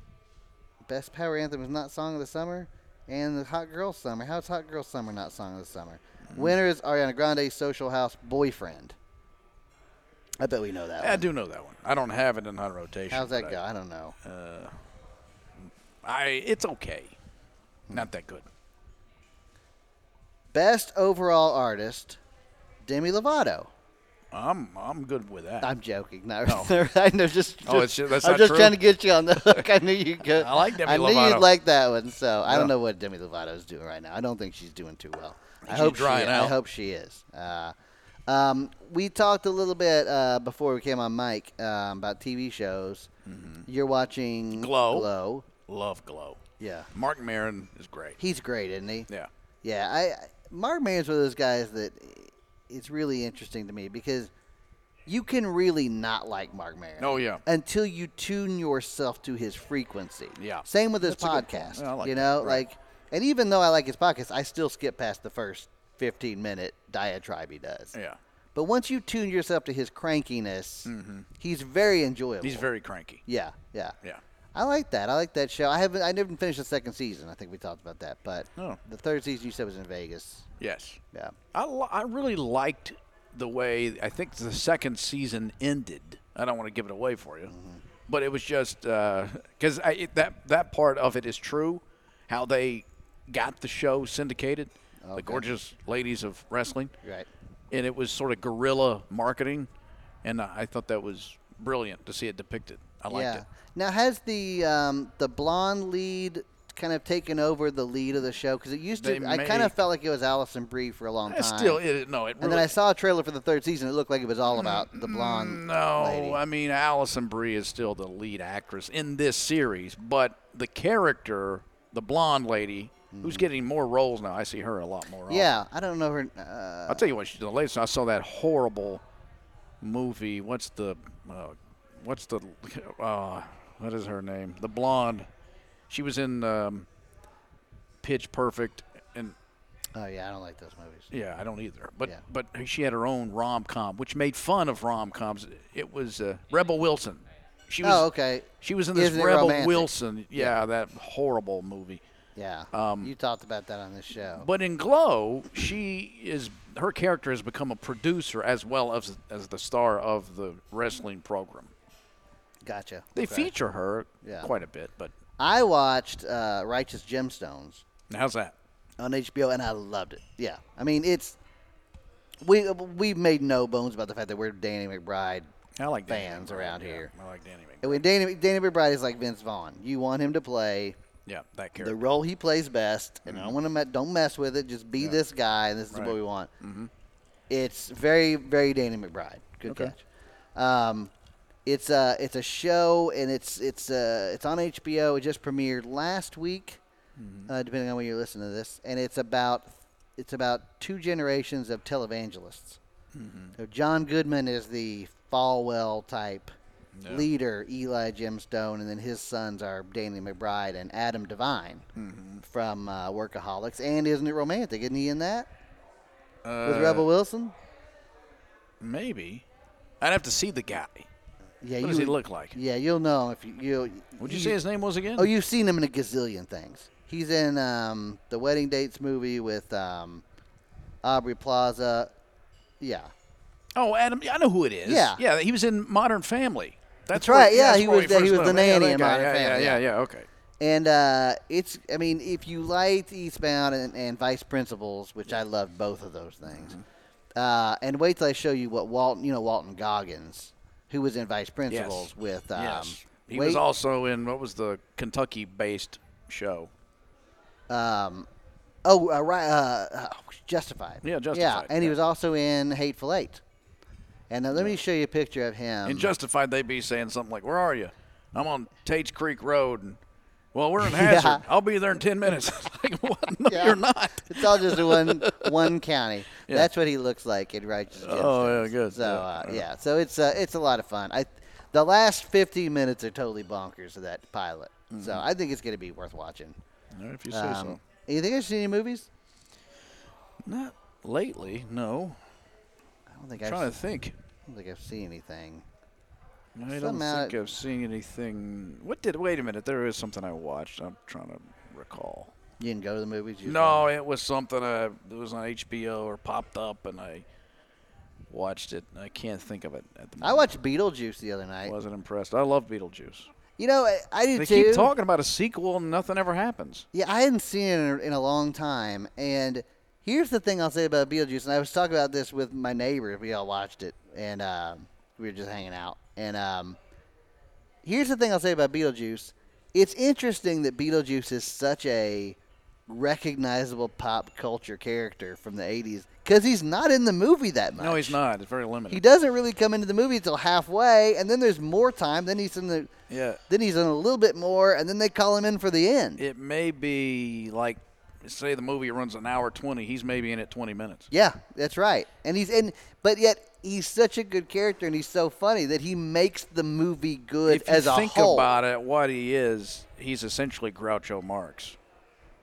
Speaker 1: Best power anthem is not song of the summer, and the Hot Girl Summer. How's Hot Girl Summer not song of the summer? Winner is Ariana Grande, Social House Boyfriend. I bet we know that.
Speaker 2: I
Speaker 1: one.
Speaker 2: do know that one. I don't have it in high rotation.
Speaker 1: How's that
Speaker 2: but
Speaker 1: go?
Speaker 2: I,
Speaker 1: I don't know.
Speaker 2: I it's okay. Not that good.
Speaker 1: Best overall artist, Demi Lovato.
Speaker 2: I'm I'm good with that.
Speaker 1: I'm joking. No,
Speaker 2: No.
Speaker 1: I know. Just,
Speaker 2: Oh,
Speaker 1: just-
Speaker 2: it's- that's
Speaker 1: I'm
Speaker 2: not
Speaker 1: just
Speaker 2: true?
Speaker 1: trying to get you on the hook. I knew you could.
Speaker 2: I like Demi
Speaker 1: I knew
Speaker 2: Lovato.
Speaker 1: you'd like that one. So I don't
Speaker 2: Yeah.
Speaker 1: know what Demi Lovato's doing right now. I don't think she's doing too well. I
Speaker 2: She's
Speaker 1: hope she.
Speaker 2: drying
Speaker 1: I
Speaker 2: out.
Speaker 1: hope she is. Uh, um, we talked a little bit uh, before we came on mic um, about TV shows. You're watching
Speaker 2: Mm-hmm. Glow.
Speaker 1: Glow.
Speaker 2: Love Glow.
Speaker 1: Yeah,
Speaker 2: Mark Maron is great.
Speaker 1: he's great, isn't he?
Speaker 2: Yeah.
Speaker 1: Yeah, I I- Mark Maron's one of those guys that it's really interesting to me because you can really not like Mark Maron.
Speaker 2: Oh, yeah.
Speaker 1: Until you tune yourself to his frequency.
Speaker 2: Yeah.
Speaker 1: Same with his
Speaker 2: That's a good point.
Speaker 1: podcast.
Speaker 2: Yeah, I like
Speaker 1: you
Speaker 2: that.
Speaker 1: know,
Speaker 2: Right.
Speaker 1: like and even though I like his podcast, I still skip past the first 15 minute diatribe he does.
Speaker 2: Yeah.
Speaker 1: But once you tune yourself to his crankiness, he's very enjoyable.
Speaker 2: Mm-hmm. He's very cranky.
Speaker 1: Yeah, yeah.
Speaker 2: Yeah.
Speaker 1: I like that. I like that show. I haven't. I didn't finish the second season. I think we talked about that. But
Speaker 2: Oh.
Speaker 1: the third season you said was in Vegas.
Speaker 2: Yes.
Speaker 1: Yeah.
Speaker 2: I, li- I really liked the way I think the second season ended. I don't want to give it away for you,
Speaker 1: Mm-hmm.
Speaker 2: but it was just because I it, that that part of it is true. How they got the show syndicated, the gorgeous ladies of wrestling,
Speaker 1: Right.
Speaker 2: and it was sort of guerrilla marketing, and I I thought that was brilliant to see it depicted. I liked
Speaker 1: yeah.
Speaker 2: it.
Speaker 1: Now has the um, the blonde lead kind of taken over the lead of the show because it used to.
Speaker 2: They
Speaker 1: I
Speaker 2: may-
Speaker 1: kind of felt like it was Allison Brie for a long time.
Speaker 2: It's still, it, no, it really.
Speaker 1: and then I saw a trailer for the third season. It looked like it was all about the blonde.
Speaker 2: Mm, No,
Speaker 1: lady.
Speaker 2: I mean Allison Brie is still the lead actress in this series, but the character, the blonde lady, who's getting more roles now, I see her a lot more. often.
Speaker 1: Mm. Yeah, I don't know her. Uh,
Speaker 2: I'll tell you what she's doing. Latest, I saw that horrible movie. What's the, uh, what's the, uh, what is her name? The blonde. She was in um, Pitch Perfect, and
Speaker 1: oh yeah, I don't like those movies.
Speaker 2: yeah, I don't either. But
Speaker 1: Yeah.
Speaker 2: but she had her own rom com, which made fun of rom coms. It was uh, Rebel Wilson. She was
Speaker 1: oh okay.
Speaker 2: she was in this
Speaker 1: Isn't it
Speaker 2: Rebel
Speaker 1: romantic?
Speaker 2: Wilson. Yeah, that horrible movie.
Speaker 1: Yeah.
Speaker 2: Um,
Speaker 1: you talked about that on this show.
Speaker 2: But in Glow, she is her character has become a producer as well as as the star of the wrestling program.
Speaker 1: gotcha.
Speaker 2: They
Speaker 1: Okay.
Speaker 2: feature her
Speaker 1: Yeah.
Speaker 2: quite a bit, but
Speaker 1: I watched uh, Righteous Gemstones
Speaker 2: how's that?
Speaker 1: on HBO and I loved it. Yeah. I mean, it's we we made no bones about the fact that we're Danny McBride.
Speaker 2: I like Danny
Speaker 1: Fans
Speaker 2: McBride,
Speaker 1: around
Speaker 2: yeah.
Speaker 1: here.
Speaker 2: I like Danny McBride.
Speaker 1: And when Danny Danny McBride is like Vince Vaughn, you want him to play
Speaker 2: Yeah, that
Speaker 1: the
Speaker 2: character.
Speaker 1: role he plays best, and I don't want to me- don't mess with it. Just be this guy, and this is
Speaker 2: Right.
Speaker 1: what we want. It's very very Danny McBride. Good
Speaker 2: Okay.
Speaker 1: catch. Um, it's a it's a show, and it's it's uh, it's on HBO. It just premiered last week,
Speaker 2: Mm-hmm.
Speaker 1: uh, depending on when you listen to this, and it's about it's about two generations of televangelists.
Speaker 2: Mm-hmm.
Speaker 1: So John Goodman is the Falwell type
Speaker 2: Yeah.
Speaker 1: leader, Eli Gemstone, and then his sons are Danny McBride and Adam Devine
Speaker 2: Mm-hmm.
Speaker 1: from uh, Workaholics. And isn't it romantic? Isn't he in that with
Speaker 2: Uh,
Speaker 1: Rebel Wilson?
Speaker 2: Maybe. I'd have to see the guy.
Speaker 1: Yeah,
Speaker 2: What does he look like?
Speaker 1: Yeah, you'll know if you. you'll
Speaker 2: Would you
Speaker 1: he-
Speaker 2: say his name was again?
Speaker 1: Oh, you've seen him in a gazillion things. He's in um, the Wedding Dates movie with um, Aubrey Plaza. Yeah,
Speaker 2: Oh, Adam, I know who it is.
Speaker 1: Yeah.
Speaker 2: yeah, he was in Modern Family. That's,
Speaker 1: That's right,
Speaker 2: where-
Speaker 1: yeah,
Speaker 2: that's
Speaker 1: he
Speaker 2: where
Speaker 1: was
Speaker 2: we
Speaker 1: the- he was
Speaker 2: first met
Speaker 1: the
Speaker 2: him. Yeah,
Speaker 1: nanny
Speaker 2: that
Speaker 1: in
Speaker 2: guy.
Speaker 1: Modern
Speaker 2: yeah,
Speaker 1: Family, yeah.
Speaker 2: Yeah, yeah, yeah. Okay.
Speaker 1: And uh, it's, I mean, if you liked Eastbound and, and Vice Principals, which I loved both of those things,
Speaker 2: Mm-hmm.
Speaker 1: uh, and wait till I show you what Walton, you know, Walton Goggins, who was in Vice Principals with. Um,
Speaker 2: yes. He
Speaker 1: wait,
Speaker 2: was also in what was the Kentucky-based show?
Speaker 1: Um, oh, uh, right, uh, uh, Justified.
Speaker 2: Yeah, Justified,
Speaker 1: and he
Speaker 2: yeah.
Speaker 1: was also in Hateful Eight. And now let me show you a picture of him.
Speaker 2: And Justified, they'd be saying something like, "Where are you? I'm on Tate's Creek Road." And, well, we're in Hazard.
Speaker 1: Yeah.
Speaker 2: I'll be there in ten minutes. like, what? No,
Speaker 1: Yeah.
Speaker 2: you're not.
Speaker 1: It's all just in one one county.
Speaker 2: Yeah.
Speaker 1: That's what he looks like in Righteous Gemstones.
Speaker 2: Oh, yeah, good,
Speaker 1: So
Speaker 2: yeah,
Speaker 1: uh,
Speaker 2: yeah.
Speaker 1: yeah, so it's uh, it's a lot of fun. I the last 15 minutes are totally bonkers of that pilot. So
Speaker 2: Mm-hmm.
Speaker 1: I think it's going to be worth watching.
Speaker 2: if you say
Speaker 1: Um,
Speaker 2: so.
Speaker 1: You think I've seen any movies?
Speaker 2: Not lately. No.
Speaker 1: I don't think
Speaker 2: I'm
Speaker 1: I've,
Speaker 2: trying
Speaker 1: I
Speaker 2: to think.
Speaker 1: don't think I've seen anything.
Speaker 2: I don't
Speaker 1: Somehow
Speaker 2: think
Speaker 1: it-
Speaker 2: I've seen anything. What did? Wait a minute. There is something I watched. I'm trying to recall.
Speaker 1: You didn't go to the movies. You
Speaker 2: No, it was something uh, that was on HBO or popped up, and I watched it. and I can't think of it at the
Speaker 1: I
Speaker 2: moment.
Speaker 1: watched Beetlejuice the other night.
Speaker 2: wasn't impressed. I love Beetlejuice.
Speaker 1: You know, I, I do
Speaker 2: They
Speaker 1: too.
Speaker 2: keep talking about a sequel, and nothing ever happens.
Speaker 1: Yeah, I hadn't seen it in a, in a long time. And here's the thing I'll say about Beetlejuice, and I was talking about this with my neighbor. We all watched it, and um, we were just hanging out. And um, here's the thing I'll say about Beetlejuice: it's interesting that Beetlejuice is such a recognizable pop culture character from the '80s because he's not in the movie that much.
Speaker 2: No, he's not. It's very limited.
Speaker 1: He doesn't really come into the movie until halfway, and then there's more time. Then he's in the
Speaker 2: Yeah,
Speaker 1: then he's in a little bit more, and then they call him in for the end.
Speaker 2: it may be like say the movie runs an hour twenty. He's maybe in it twenty minutes.
Speaker 1: Yeah, that's right. And he's in, but yet he's such a good character and he's so funny that he makes the movie good
Speaker 2: if you
Speaker 1: as a
Speaker 2: think
Speaker 1: whole.
Speaker 2: about it, what he is, he's essentially Groucho Marx.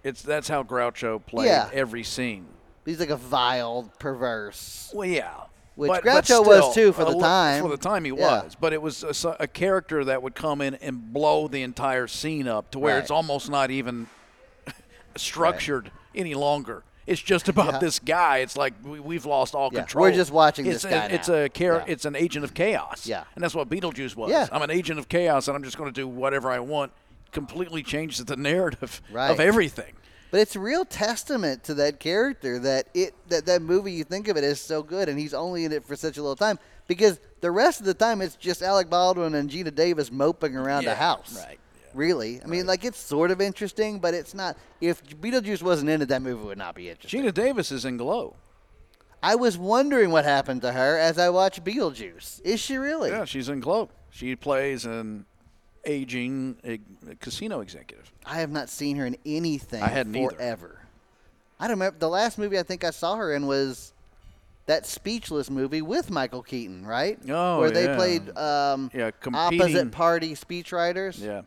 Speaker 2: It's that's how Groucho played
Speaker 1: Yeah.
Speaker 2: every scene.
Speaker 1: He's like a vile, perverse.
Speaker 2: Well, yeah.
Speaker 1: Which Groucho was, too, for the
Speaker 2: a lo-
Speaker 1: time.
Speaker 2: uh, For the time he
Speaker 1: Yeah.
Speaker 2: was, but it was a, so- a character that would come in and blow the entire scene up to where
Speaker 1: Right.
Speaker 2: it's almost not even structured any longer. It's just about
Speaker 1: Yeah.
Speaker 2: this guy. It's like we, we've lost all
Speaker 1: Yeah,
Speaker 2: control.
Speaker 1: we're just watching
Speaker 2: it's
Speaker 1: this
Speaker 2: a,
Speaker 1: guy
Speaker 2: It's
Speaker 1: now.
Speaker 2: a char-
Speaker 1: Yeah.
Speaker 2: It's an agent of chaos.
Speaker 1: Yeah.
Speaker 2: and that's what Beetlejuice was.
Speaker 1: Yeah.
Speaker 2: I'm an agent of chaos, and I'm just going to do whatever I want. Completely changes the narrative
Speaker 1: Right.
Speaker 2: of everything.
Speaker 1: But it's a real testament to that character that it that that movie you think of it as so good and he's only in it for such a little time. because the rest of the time it's just Alec Baldwin and Gina Davis moping around
Speaker 2: Yeah,
Speaker 1: a house.
Speaker 2: right, yeah.
Speaker 1: Really, I mean, like it's sort of interesting, but it's not. If Beetlejuice wasn't in it, that movie would not be interesting.
Speaker 2: Gina Davis is in Glow.
Speaker 1: I was wondering what happened to her as I watched Beetlejuice. Is she really?
Speaker 2: Yeah, she's in Glow. She plays an aging eh, casino executive.
Speaker 1: I have not seen her in anything
Speaker 2: I hadn't either.
Speaker 1: forever. I don't remember the last movie I think I saw her in was that speechless movie with Michael Keaton, right?
Speaker 2: Oh,
Speaker 1: where they
Speaker 2: yeah.
Speaker 1: played um,
Speaker 2: Yeah, competing-
Speaker 1: opposite party speechwriters.
Speaker 2: Yeah,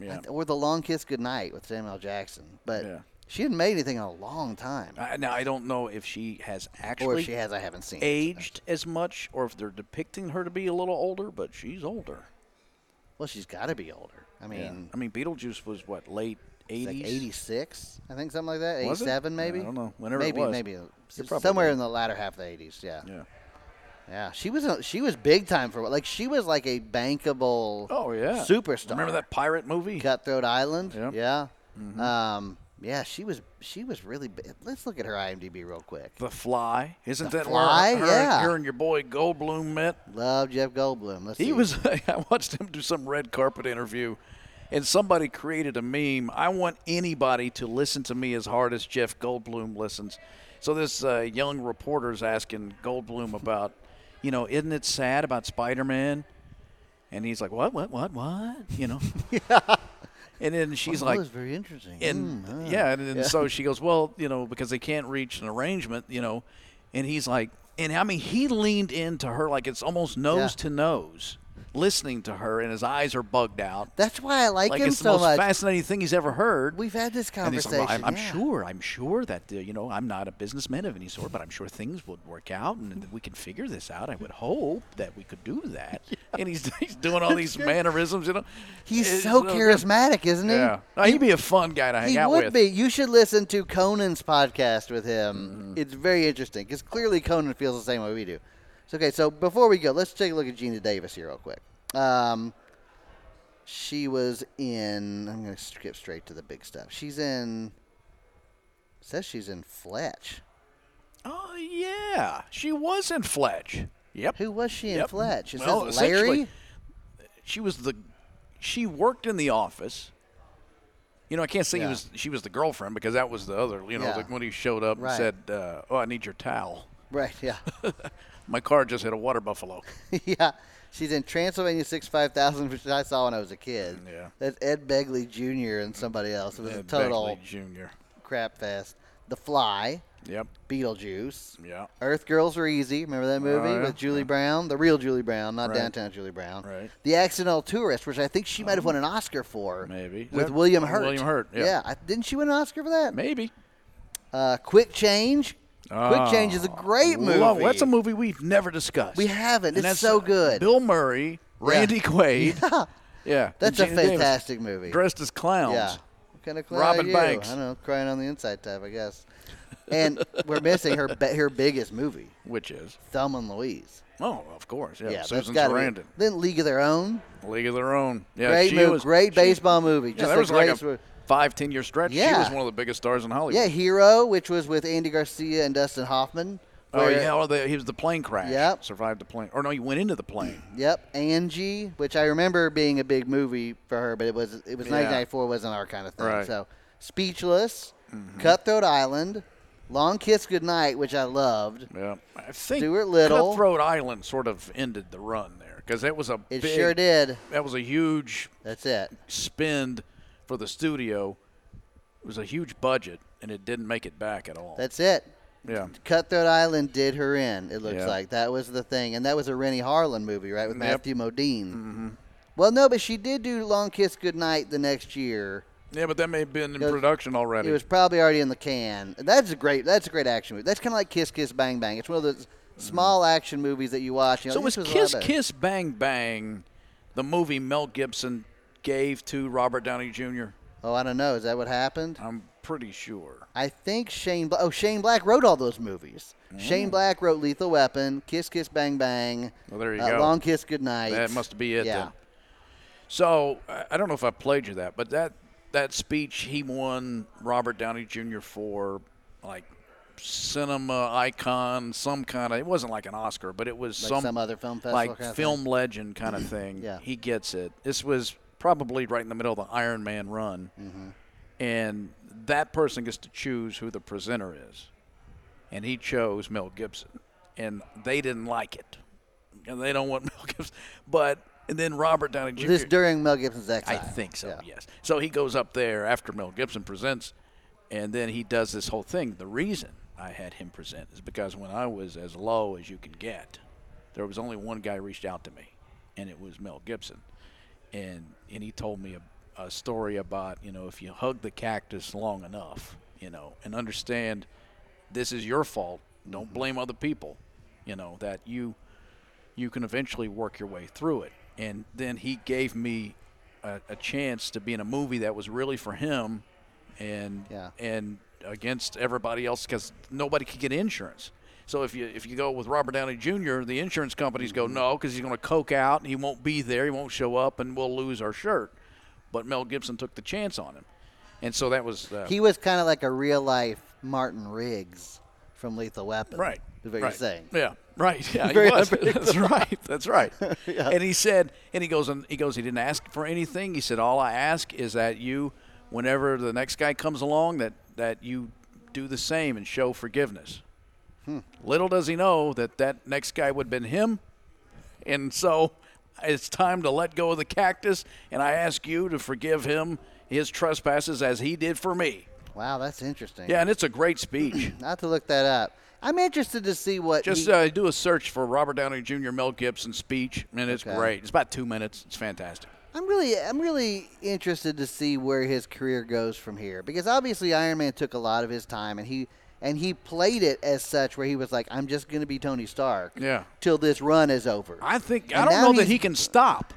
Speaker 2: yeah.
Speaker 1: Or the Long Kiss Goodnight with Samuel L. Jackson. But
Speaker 2: Yeah.
Speaker 1: she hadn't made anything in a long time.
Speaker 2: I, now I don't know if she has
Speaker 1: or
Speaker 2: actually
Speaker 1: if she has, I haven't seen.
Speaker 2: aged as much, or if they're depicting her to be a little older, but she's older.
Speaker 1: Well, she's got to be older. I
Speaker 2: Yeah.
Speaker 1: mean,
Speaker 2: I mean, Beetlejuice was what late
Speaker 1: it's like
Speaker 2: eighties.
Speaker 1: 86, I think, something like that.
Speaker 2: Was it?
Speaker 1: 87,
Speaker 2: Yeah,
Speaker 1: maybe?
Speaker 2: I don't know. Whenever it
Speaker 1: maybe,
Speaker 2: was.
Speaker 1: Maybe,
Speaker 2: You're
Speaker 1: maybe.
Speaker 2: probably
Speaker 1: Somewhere
Speaker 2: right.
Speaker 1: in the latter half of the 80s,
Speaker 2: Yeah.
Speaker 1: Yeah, she was a, she was big time for like she was like a bankable.
Speaker 2: Oh yeah.
Speaker 1: superstar.
Speaker 2: Remember that pirate movie?
Speaker 1: Cutthroat Island.
Speaker 2: Yep. Mm-hmm.
Speaker 1: Yeah, um, yeah, she was she was really. bi- Let's look at her IMDb real quick.
Speaker 2: The Fly. Isn't that
Speaker 1: Fly?
Speaker 2: where her,
Speaker 1: Yeah.
Speaker 2: her and your boy Goldblum met?
Speaker 1: Love Jeff Goldblum. Let's
Speaker 2: He
Speaker 1: see.
Speaker 2: was. I watched him do some red carpet interview, and somebody created a meme. I want anybody to listen to me as hard as Jeff Goldblum listens. So this uh, young reporter's asking Goldblum about, you know, isn't it sad about Spider-Man? And he's like, what, what, what, what? You know. yeah. And then she's
Speaker 1: Oh,
Speaker 2: like,
Speaker 1: it's very interesting.
Speaker 2: and
Speaker 1: Mm, huh.
Speaker 2: yeah, and, and so she goes, well, you know, because they can't reach an arrangement, you know, and he's like, and I mean, he leaned into her like it's almost nose to nose, listening to her, and his eyes are bugged out.
Speaker 1: that's why I like,
Speaker 2: Like
Speaker 1: him
Speaker 2: it's the
Speaker 1: so
Speaker 2: most
Speaker 1: much.
Speaker 2: fascinating thing he's ever heard.
Speaker 1: We've had this
Speaker 2: And he's like, well,
Speaker 1: conversation.
Speaker 2: I'm, I'm
Speaker 1: yeah.
Speaker 2: sure, I'm sure that uh, you know, I'm not a businessman of any sort, but I'm sure things would work out, and that we can figure this out. I would hope that we could do that. And he's, he's doing all these mannerisms, you know.
Speaker 1: He's
Speaker 2: It's
Speaker 1: so
Speaker 2: good.
Speaker 1: charismatic, isn't he?
Speaker 2: Yeah, No, he'd be a fun guy to hang
Speaker 1: He
Speaker 2: out
Speaker 1: would
Speaker 2: with.
Speaker 1: be. You should listen to Conan's podcast with him.
Speaker 2: Mm-hmm.
Speaker 1: It's very interesting because clearly Conan feels the same way we do. So, okay, so before we go, let's take a look at Gina Davis here real quick. Um, she was in. I'm going to skip straight to the big stuff. She's in. Says she's in Fletch.
Speaker 2: Oh yeah, she was in Fletch. Yep.
Speaker 1: Who was she in
Speaker 2: Yep.
Speaker 1: Fletch? It
Speaker 2: Well,
Speaker 1: says Larry.
Speaker 2: essentially- She was the. She worked in the office. You know, I can't say he
Speaker 1: Yeah.
Speaker 2: was. She was the girlfriend because that was the other. You know,
Speaker 1: Yeah.
Speaker 2: like when he showed up
Speaker 1: Right.
Speaker 2: and said, uh, "Oh, I need your towel.
Speaker 1: Right. Yeah.
Speaker 2: My car just hit a water buffalo."
Speaker 1: yeah. She's in Transylvania 65000, which I saw when I was a kid.
Speaker 2: Yeah.
Speaker 1: That's Ed Begley Jr. and somebody else. It was a
Speaker 2: Ed
Speaker 1: total.
Speaker 2: Begley Jr.
Speaker 1: crap fest. The Fly,
Speaker 2: Yep.
Speaker 1: Beetlejuice,
Speaker 2: Yeah. Oh,
Speaker 1: Earth Girls Are Easy. Remember that movie
Speaker 2: yeah.
Speaker 1: with Julie Brown, the real Julie Brown, not
Speaker 2: Right.
Speaker 1: downtown Julie Brown.
Speaker 2: Right. Oh.
Speaker 1: The Accidental Tourist, which I think she might have won an Oscar for.
Speaker 2: Maybe. Is
Speaker 1: with
Speaker 2: that-
Speaker 1: William Hurt.
Speaker 2: William Hurt, yeah.
Speaker 1: I, didn't she win an Oscar for that?
Speaker 2: Maybe.
Speaker 1: Uh, Quick Change. Quick
Speaker 2: Oh,
Speaker 1: Change is a great movie.
Speaker 2: Well, that's a movie we've never discussed.
Speaker 1: We haven't.
Speaker 2: And
Speaker 1: It's
Speaker 2: that's,
Speaker 1: so
Speaker 2: uh,
Speaker 1: good.
Speaker 2: Bill Murray, Randy Quaid. Yeah. and
Speaker 1: That's a
Speaker 2: Gina Davis,
Speaker 1: fantastic movie.
Speaker 2: Dressed as clowns.
Speaker 1: Yeah. What kind of clown
Speaker 2: Robin
Speaker 1: are you?
Speaker 2: Banks.
Speaker 1: I don't know, crying on the inside type, I guess. And we're missing her be- her biggest movie,
Speaker 2: Which is.
Speaker 1: Thumb and Louise.
Speaker 2: Oh, of course, yeah.
Speaker 1: Yeah, that's
Speaker 2: Susan
Speaker 1: gotta be-
Speaker 2: Sarandon,
Speaker 1: Then League of Their Own.
Speaker 2: League of Their Own. Yeah,
Speaker 1: great
Speaker 2: she
Speaker 1: movie,
Speaker 2: was
Speaker 1: great
Speaker 2: she-
Speaker 1: baseball movie.
Speaker 2: Yeah,
Speaker 1: Just
Speaker 2: there
Speaker 1: a
Speaker 2: was like
Speaker 1: great
Speaker 2: a five, ten year stretch. She
Speaker 1: Yeah.
Speaker 2: was one of the biggest stars in Hollywood.
Speaker 1: yeah, Hero, which was with Andy Garcia and Dustin Hoffman.
Speaker 2: Oh
Speaker 1: where-
Speaker 2: yeah, or the, he was the plane crash.
Speaker 1: Yep.
Speaker 2: Survived the plane, or no, he went into the plane.
Speaker 1: Yep, Angie, which I remember being a big movie for her, but it was it was
Speaker 2: Yeah.
Speaker 1: 1994 wasn't our kind of thing.
Speaker 2: Right. Mm-hmm.
Speaker 1: So, Speechless, Cutthroat Island, Long Kiss Goodnight, which I loved.
Speaker 2: Yeah. I think
Speaker 1: Stuart Little.
Speaker 2: Cutthroat Island sort of ended the run there because that was a
Speaker 1: It
Speaker 2: big,
Speaker 1: sure did.
Speaker 2: That was a huge
Speaker 1: That's it.
Speaker 2: spend for the studio. It was a huge budget, and it didn't make it back at all.
Speaker 1: That's it.
Speaker 2: yeah.
Speaker 1: Cutthroat Island did her in. It looks
Speaker 2: Yeah.
Speaker 1: like that was the thing, and that was a Rennie Harlan movie, right, with
Speaker 2: Yep.
Speaker 1: Matthew Modine. Mm-hmm. Well, no, but she did do Long Kiss Goodnight the next year.
Speaker 2: Yeah, but that may have been in
Speaker 1: It was-
Speaker 2: production already.
Speaker 1: It was probably already in the can. That's a great. That's a great action movie. That's kind of like Kiss Kiss Bang Bang. It's one of those small action movies that you watch. You know,
Speaker 2: Mm-hmm. So was
Speaker 1: this a lot
Speaker 2: Kiss
Speaker 1: better.
Speaker 2: Kiss Bang Bang the movie Mel Gibson gave to Robert Downey Jr.?
Speaker 1: Oh, I don't know. Is that what happened?
Speaker 2: I'm pretty sure.
Speaker 1: I think Shane. Bla- oh, Shane Black wrote all those movies. Shane Black wrote Lethal Weapon, Kiss Kiss Bang Bang.
Speaker 2: Mm. Well, there you
Speaker 1: uh,
Speaker 2: go.
Speaker 1: Long Kiss Goodnight.
Speaker 2: That must be it.
Speaker 1: Yeah.
Speaker 2: Then. So I I don't know if I played you that, but that that speech he won Robert Downey Jr. for like cinema icon, some kind of. It wasn't like an Oscar, but it was
Speaker 1: Like
Speaker 2: some,
Speaker 1: some other film festival
Speaker 2: like
Speaker 1: kind of
Speaker 2: film legend kind of thing.
Speaker 1: Yeah.
Speaker 2: he gets it. This was probably right in the middle of the Iron Man run,
Speaker 1: Mm-hmm.
Speaker 2: and that person gets to choose who the presenter is, and he chose Mel Gibson, and they didn't like it, and they don't want Mel Gibson, but. And then Robert Downey Jr.
Speaker 1: This during Mel Gibson's
Speaker 2: I
Speaker 1: exile.
Speaker 2: think so.
Speaker 1: Yeah.
Speaker 2: Yes. So he goes up there after Mel Gibson presents, and then he does this whole thing. The reason I had him present is because when I was as low as you can get, there was only one guy reached out to me, and it was Mel Gibson, and and he told me a, a story about you know if you hug the cactus long enough, you know, and understand this is your fault. Don't blame other people. You know that you you can eventually work your way through it. And then he gave me a, a chance to be in a movie that was really for him, and
Speaker 1: Yeah.
Speaker 2: and against everybody else because nobody could get insurance. So if you if you go with Robert Downey Jr., the insurance companies go no because he's going to coke out and he won't be there, he won't show up, and we'll lose our shirt. But Mel Gibson took the chance on him, and so that was uh,
Speaker 1: He was kind of like a real life Martin Riggs from Lethal Weapon.
Speaker 2: Right.
Speaker 1: Is what
Speaker 2: right.
Speaker 1: you're saying.
Speaker 2: Yeah. Right. Yeah. He
Speaker 1: Very
Speaker 2: was.
Speaker 1: unpredictable.
Speaker 2: That's right. That's right.
Speaker 1: Yeah.
Speaker 2: And he said, and he goes, and he goes, he didn't ask for anything. He said, all I ask is that you, whenever the next guy comes along, that that you do the same and show forgiveness.
Speaker 1: Hmm.
Speaker 2: Little does he know that that next guy would have been him, and so it's time to let go of the cactus. And I ask you to forgive him his trespasses as he did for me.
Speaker 1: Wow, that's interesting.
Speaker 2: Yeah, and it's a great speech.
Speaker 1: I have to look that up. I'm interested to see what.
Speaker 2: Just
Speaker 1: he-
Speaker 2: uh, do a search for Robert Downey Jr. Mel Gibson speech, and it's
Speaker 1: Okay.
Speaker 2: great. It's about two minutes. It's fantastic.
Speaker 1: I'm really, I'm really interested to see where his career goes from here because obviously Iron Man took a lot of his time and he and he played it as such where he was like, I'm just going to be Tony Stark.
Speaker 2: Yeah.
Speaker 1: Till this run is over.
Speaker 2: I think I
Speaker 1: And
Speaker 2: don't
Speaker 1: now
Speaker 2: know that
Speaker 1: he's-
Speaker 2: he can stop.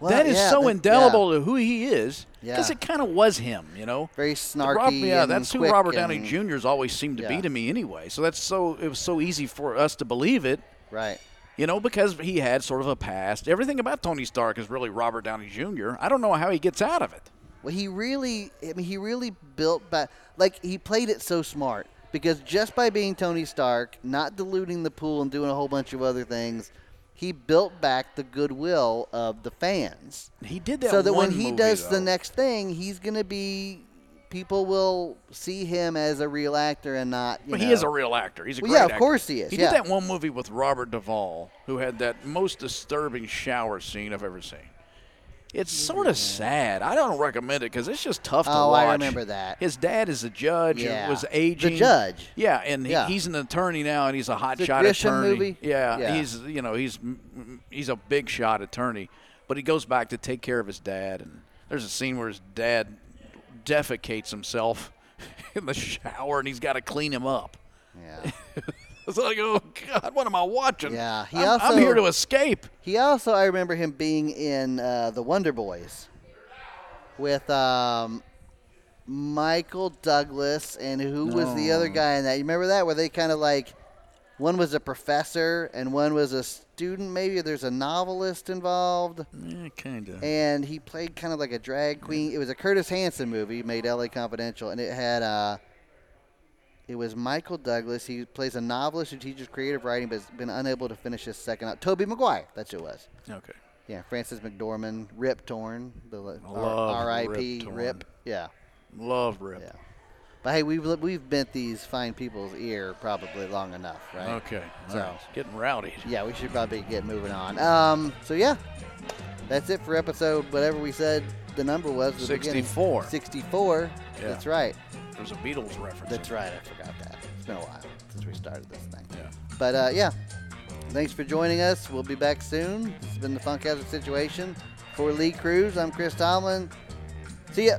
Speaker 1: Well,
Speaker 2: that is
Speaker 1: yeah,
Speaker 2: so
Speaker 1: the- yeah.
Speaker 2: indelible to who he is because
Speaker 1: Yeah.
Speaker 2: it kind of was him, you know.
Speaker 1: Very
Speaker 2: The Rob-
Speaker 1: snarky
Speaker 2: yeah,
Speaker 1: and
Speaker 2: that's who
Speaker 1: quick
Speaker 2: Robert Downey
Speaker 1: and-
Speaker 2: Jr. has always seemed to
Speaker 1: Yeah.
Speaker 2: be to me anyway. So that's so it was so easy for us to believe it,
Speaker 1: Right.
Speaker 2: you know, because he had sort of a past. Everything about Tony Stark is really Robert Downey Jr. I don't know how he gets out of it.
Speaker 1: Well, he really, I mean, he really built back. Like he played it so smart because just by being Tony Stark, not diluting the pool and doing a whole bunch of other things, he built back the goodwill of the fans.
Speaker 2: He did that
Speaker 1: so that when
Speaker 2: one
Speaker 1: he
Speaker 2: movie,
Speaker 1: does the
Speaker 2: though.
Speaker 1: next thing, he's gonna be. People will see him as a real actor and not. You
Speaker 2: But
Speaker 1: know,
Speaker 2: he is a real actor. He's a
Speaker 1: Well,
Speaker 2: great
Speaker 1: yeah, of
Speaker 2: actor.
Speaker 1: course he is,
Speaker 2: He
Speaker 1: yeah.
Speaker 2: did that one movie with Robert Duvall, who had that most disturbing shower scene I've ever seen. It's sort of sad. I don't recommend it because it's just tough to
Speaker 1: Oh, I
Speaker 2: watch.
Speaker 1: remember that.
Speaker 2: His dad is a judge.
Speaker 1: Yeah.
Speaker 2: and was
Speaker 1: The
Speaker 2: aging.
Speaker 1: judge.
Speaker 2: Yeah, and he,
Speaker 1: Yeah.
Speaker 2: he's an attorney now, and he's a hot
Speaker 1: The
Speaker 2: shot
Speaker 1: Grisham
Speaker 2: attorney.
Speaker 1: movie?
Speaker 2: Yeah,
Speaker 1: Yeah.
Speaker 2: he's you know he's mm, mm, he's a big shot attorney, but he goes back to take care of his dad. And there's a scene where his dad defecates himself in the shower, and he's got to clean him up.
Speaker 1: Yeah.
Speaker 2: It's like, oh God, what am I watching?
Speaker 1: Yeah, he
Speaker 2: I'm, I'm
Speaker 1: also-
Speaker 2: here to escape.
Speaker 1: He also, I remember him being in uh, the Wonder Boys with um, Michael Douglas and who was the other guy in that? You remember that? Where they kind of like one was a professor and one was a student. Maybe there's a novelist involved,
Speaker 2: Yeah, kind of.
Speaker 1: and he played kind of like a drag queen. It was a Curtis Hanson movie made L.A. Confidential, and it had. Uh, it was Michael Douglas. He plays a novelist who teaches creative writing, but has been unable to finish his second. Op- Toby Maguire. That's who it was.
Speaker 2: Okay.
Speaker 1: Yeah, Francis McDormand, Rip Torn, the le-
Speaker 2: I
Speaker 1: R-
Speaker 2: love
Speaker 1: R.I.P.
Speaker 2: Rip
Speaker 1: Rip,
Speaker 2: Torn.
Speaker 1: Yeah,
Speaker 2: Love Rip.
Speaker 1: yeah. But hey, we've we've bent these fine people's ear probably long enough, right?
Speaker 2: Okay.
Speaker 1: So-
Speaker 2: all right. It's Getting rowdy.
Speaker 1: Yeah, we should probably get moving on. Um, so yeah, that's it for episode whatever we said the number was. at the beginning.
Speaker 2: 64.
Speaker 1: Sixty-four.
Speaker 2: Yeah.
Speaker 1: That's right.
Speaker 2: There's a Beatles reference.
Speaker 1: That's right. I forgot that. It's been a while since we started this thing.
Speaker 2: Yeah.
Speaker 1: But uh, yeah, thanks for joining us. We'll be back soon. It's been the Funk Hazard Situation. For Lee Cruz, I'm Chris Tomlin. See ya.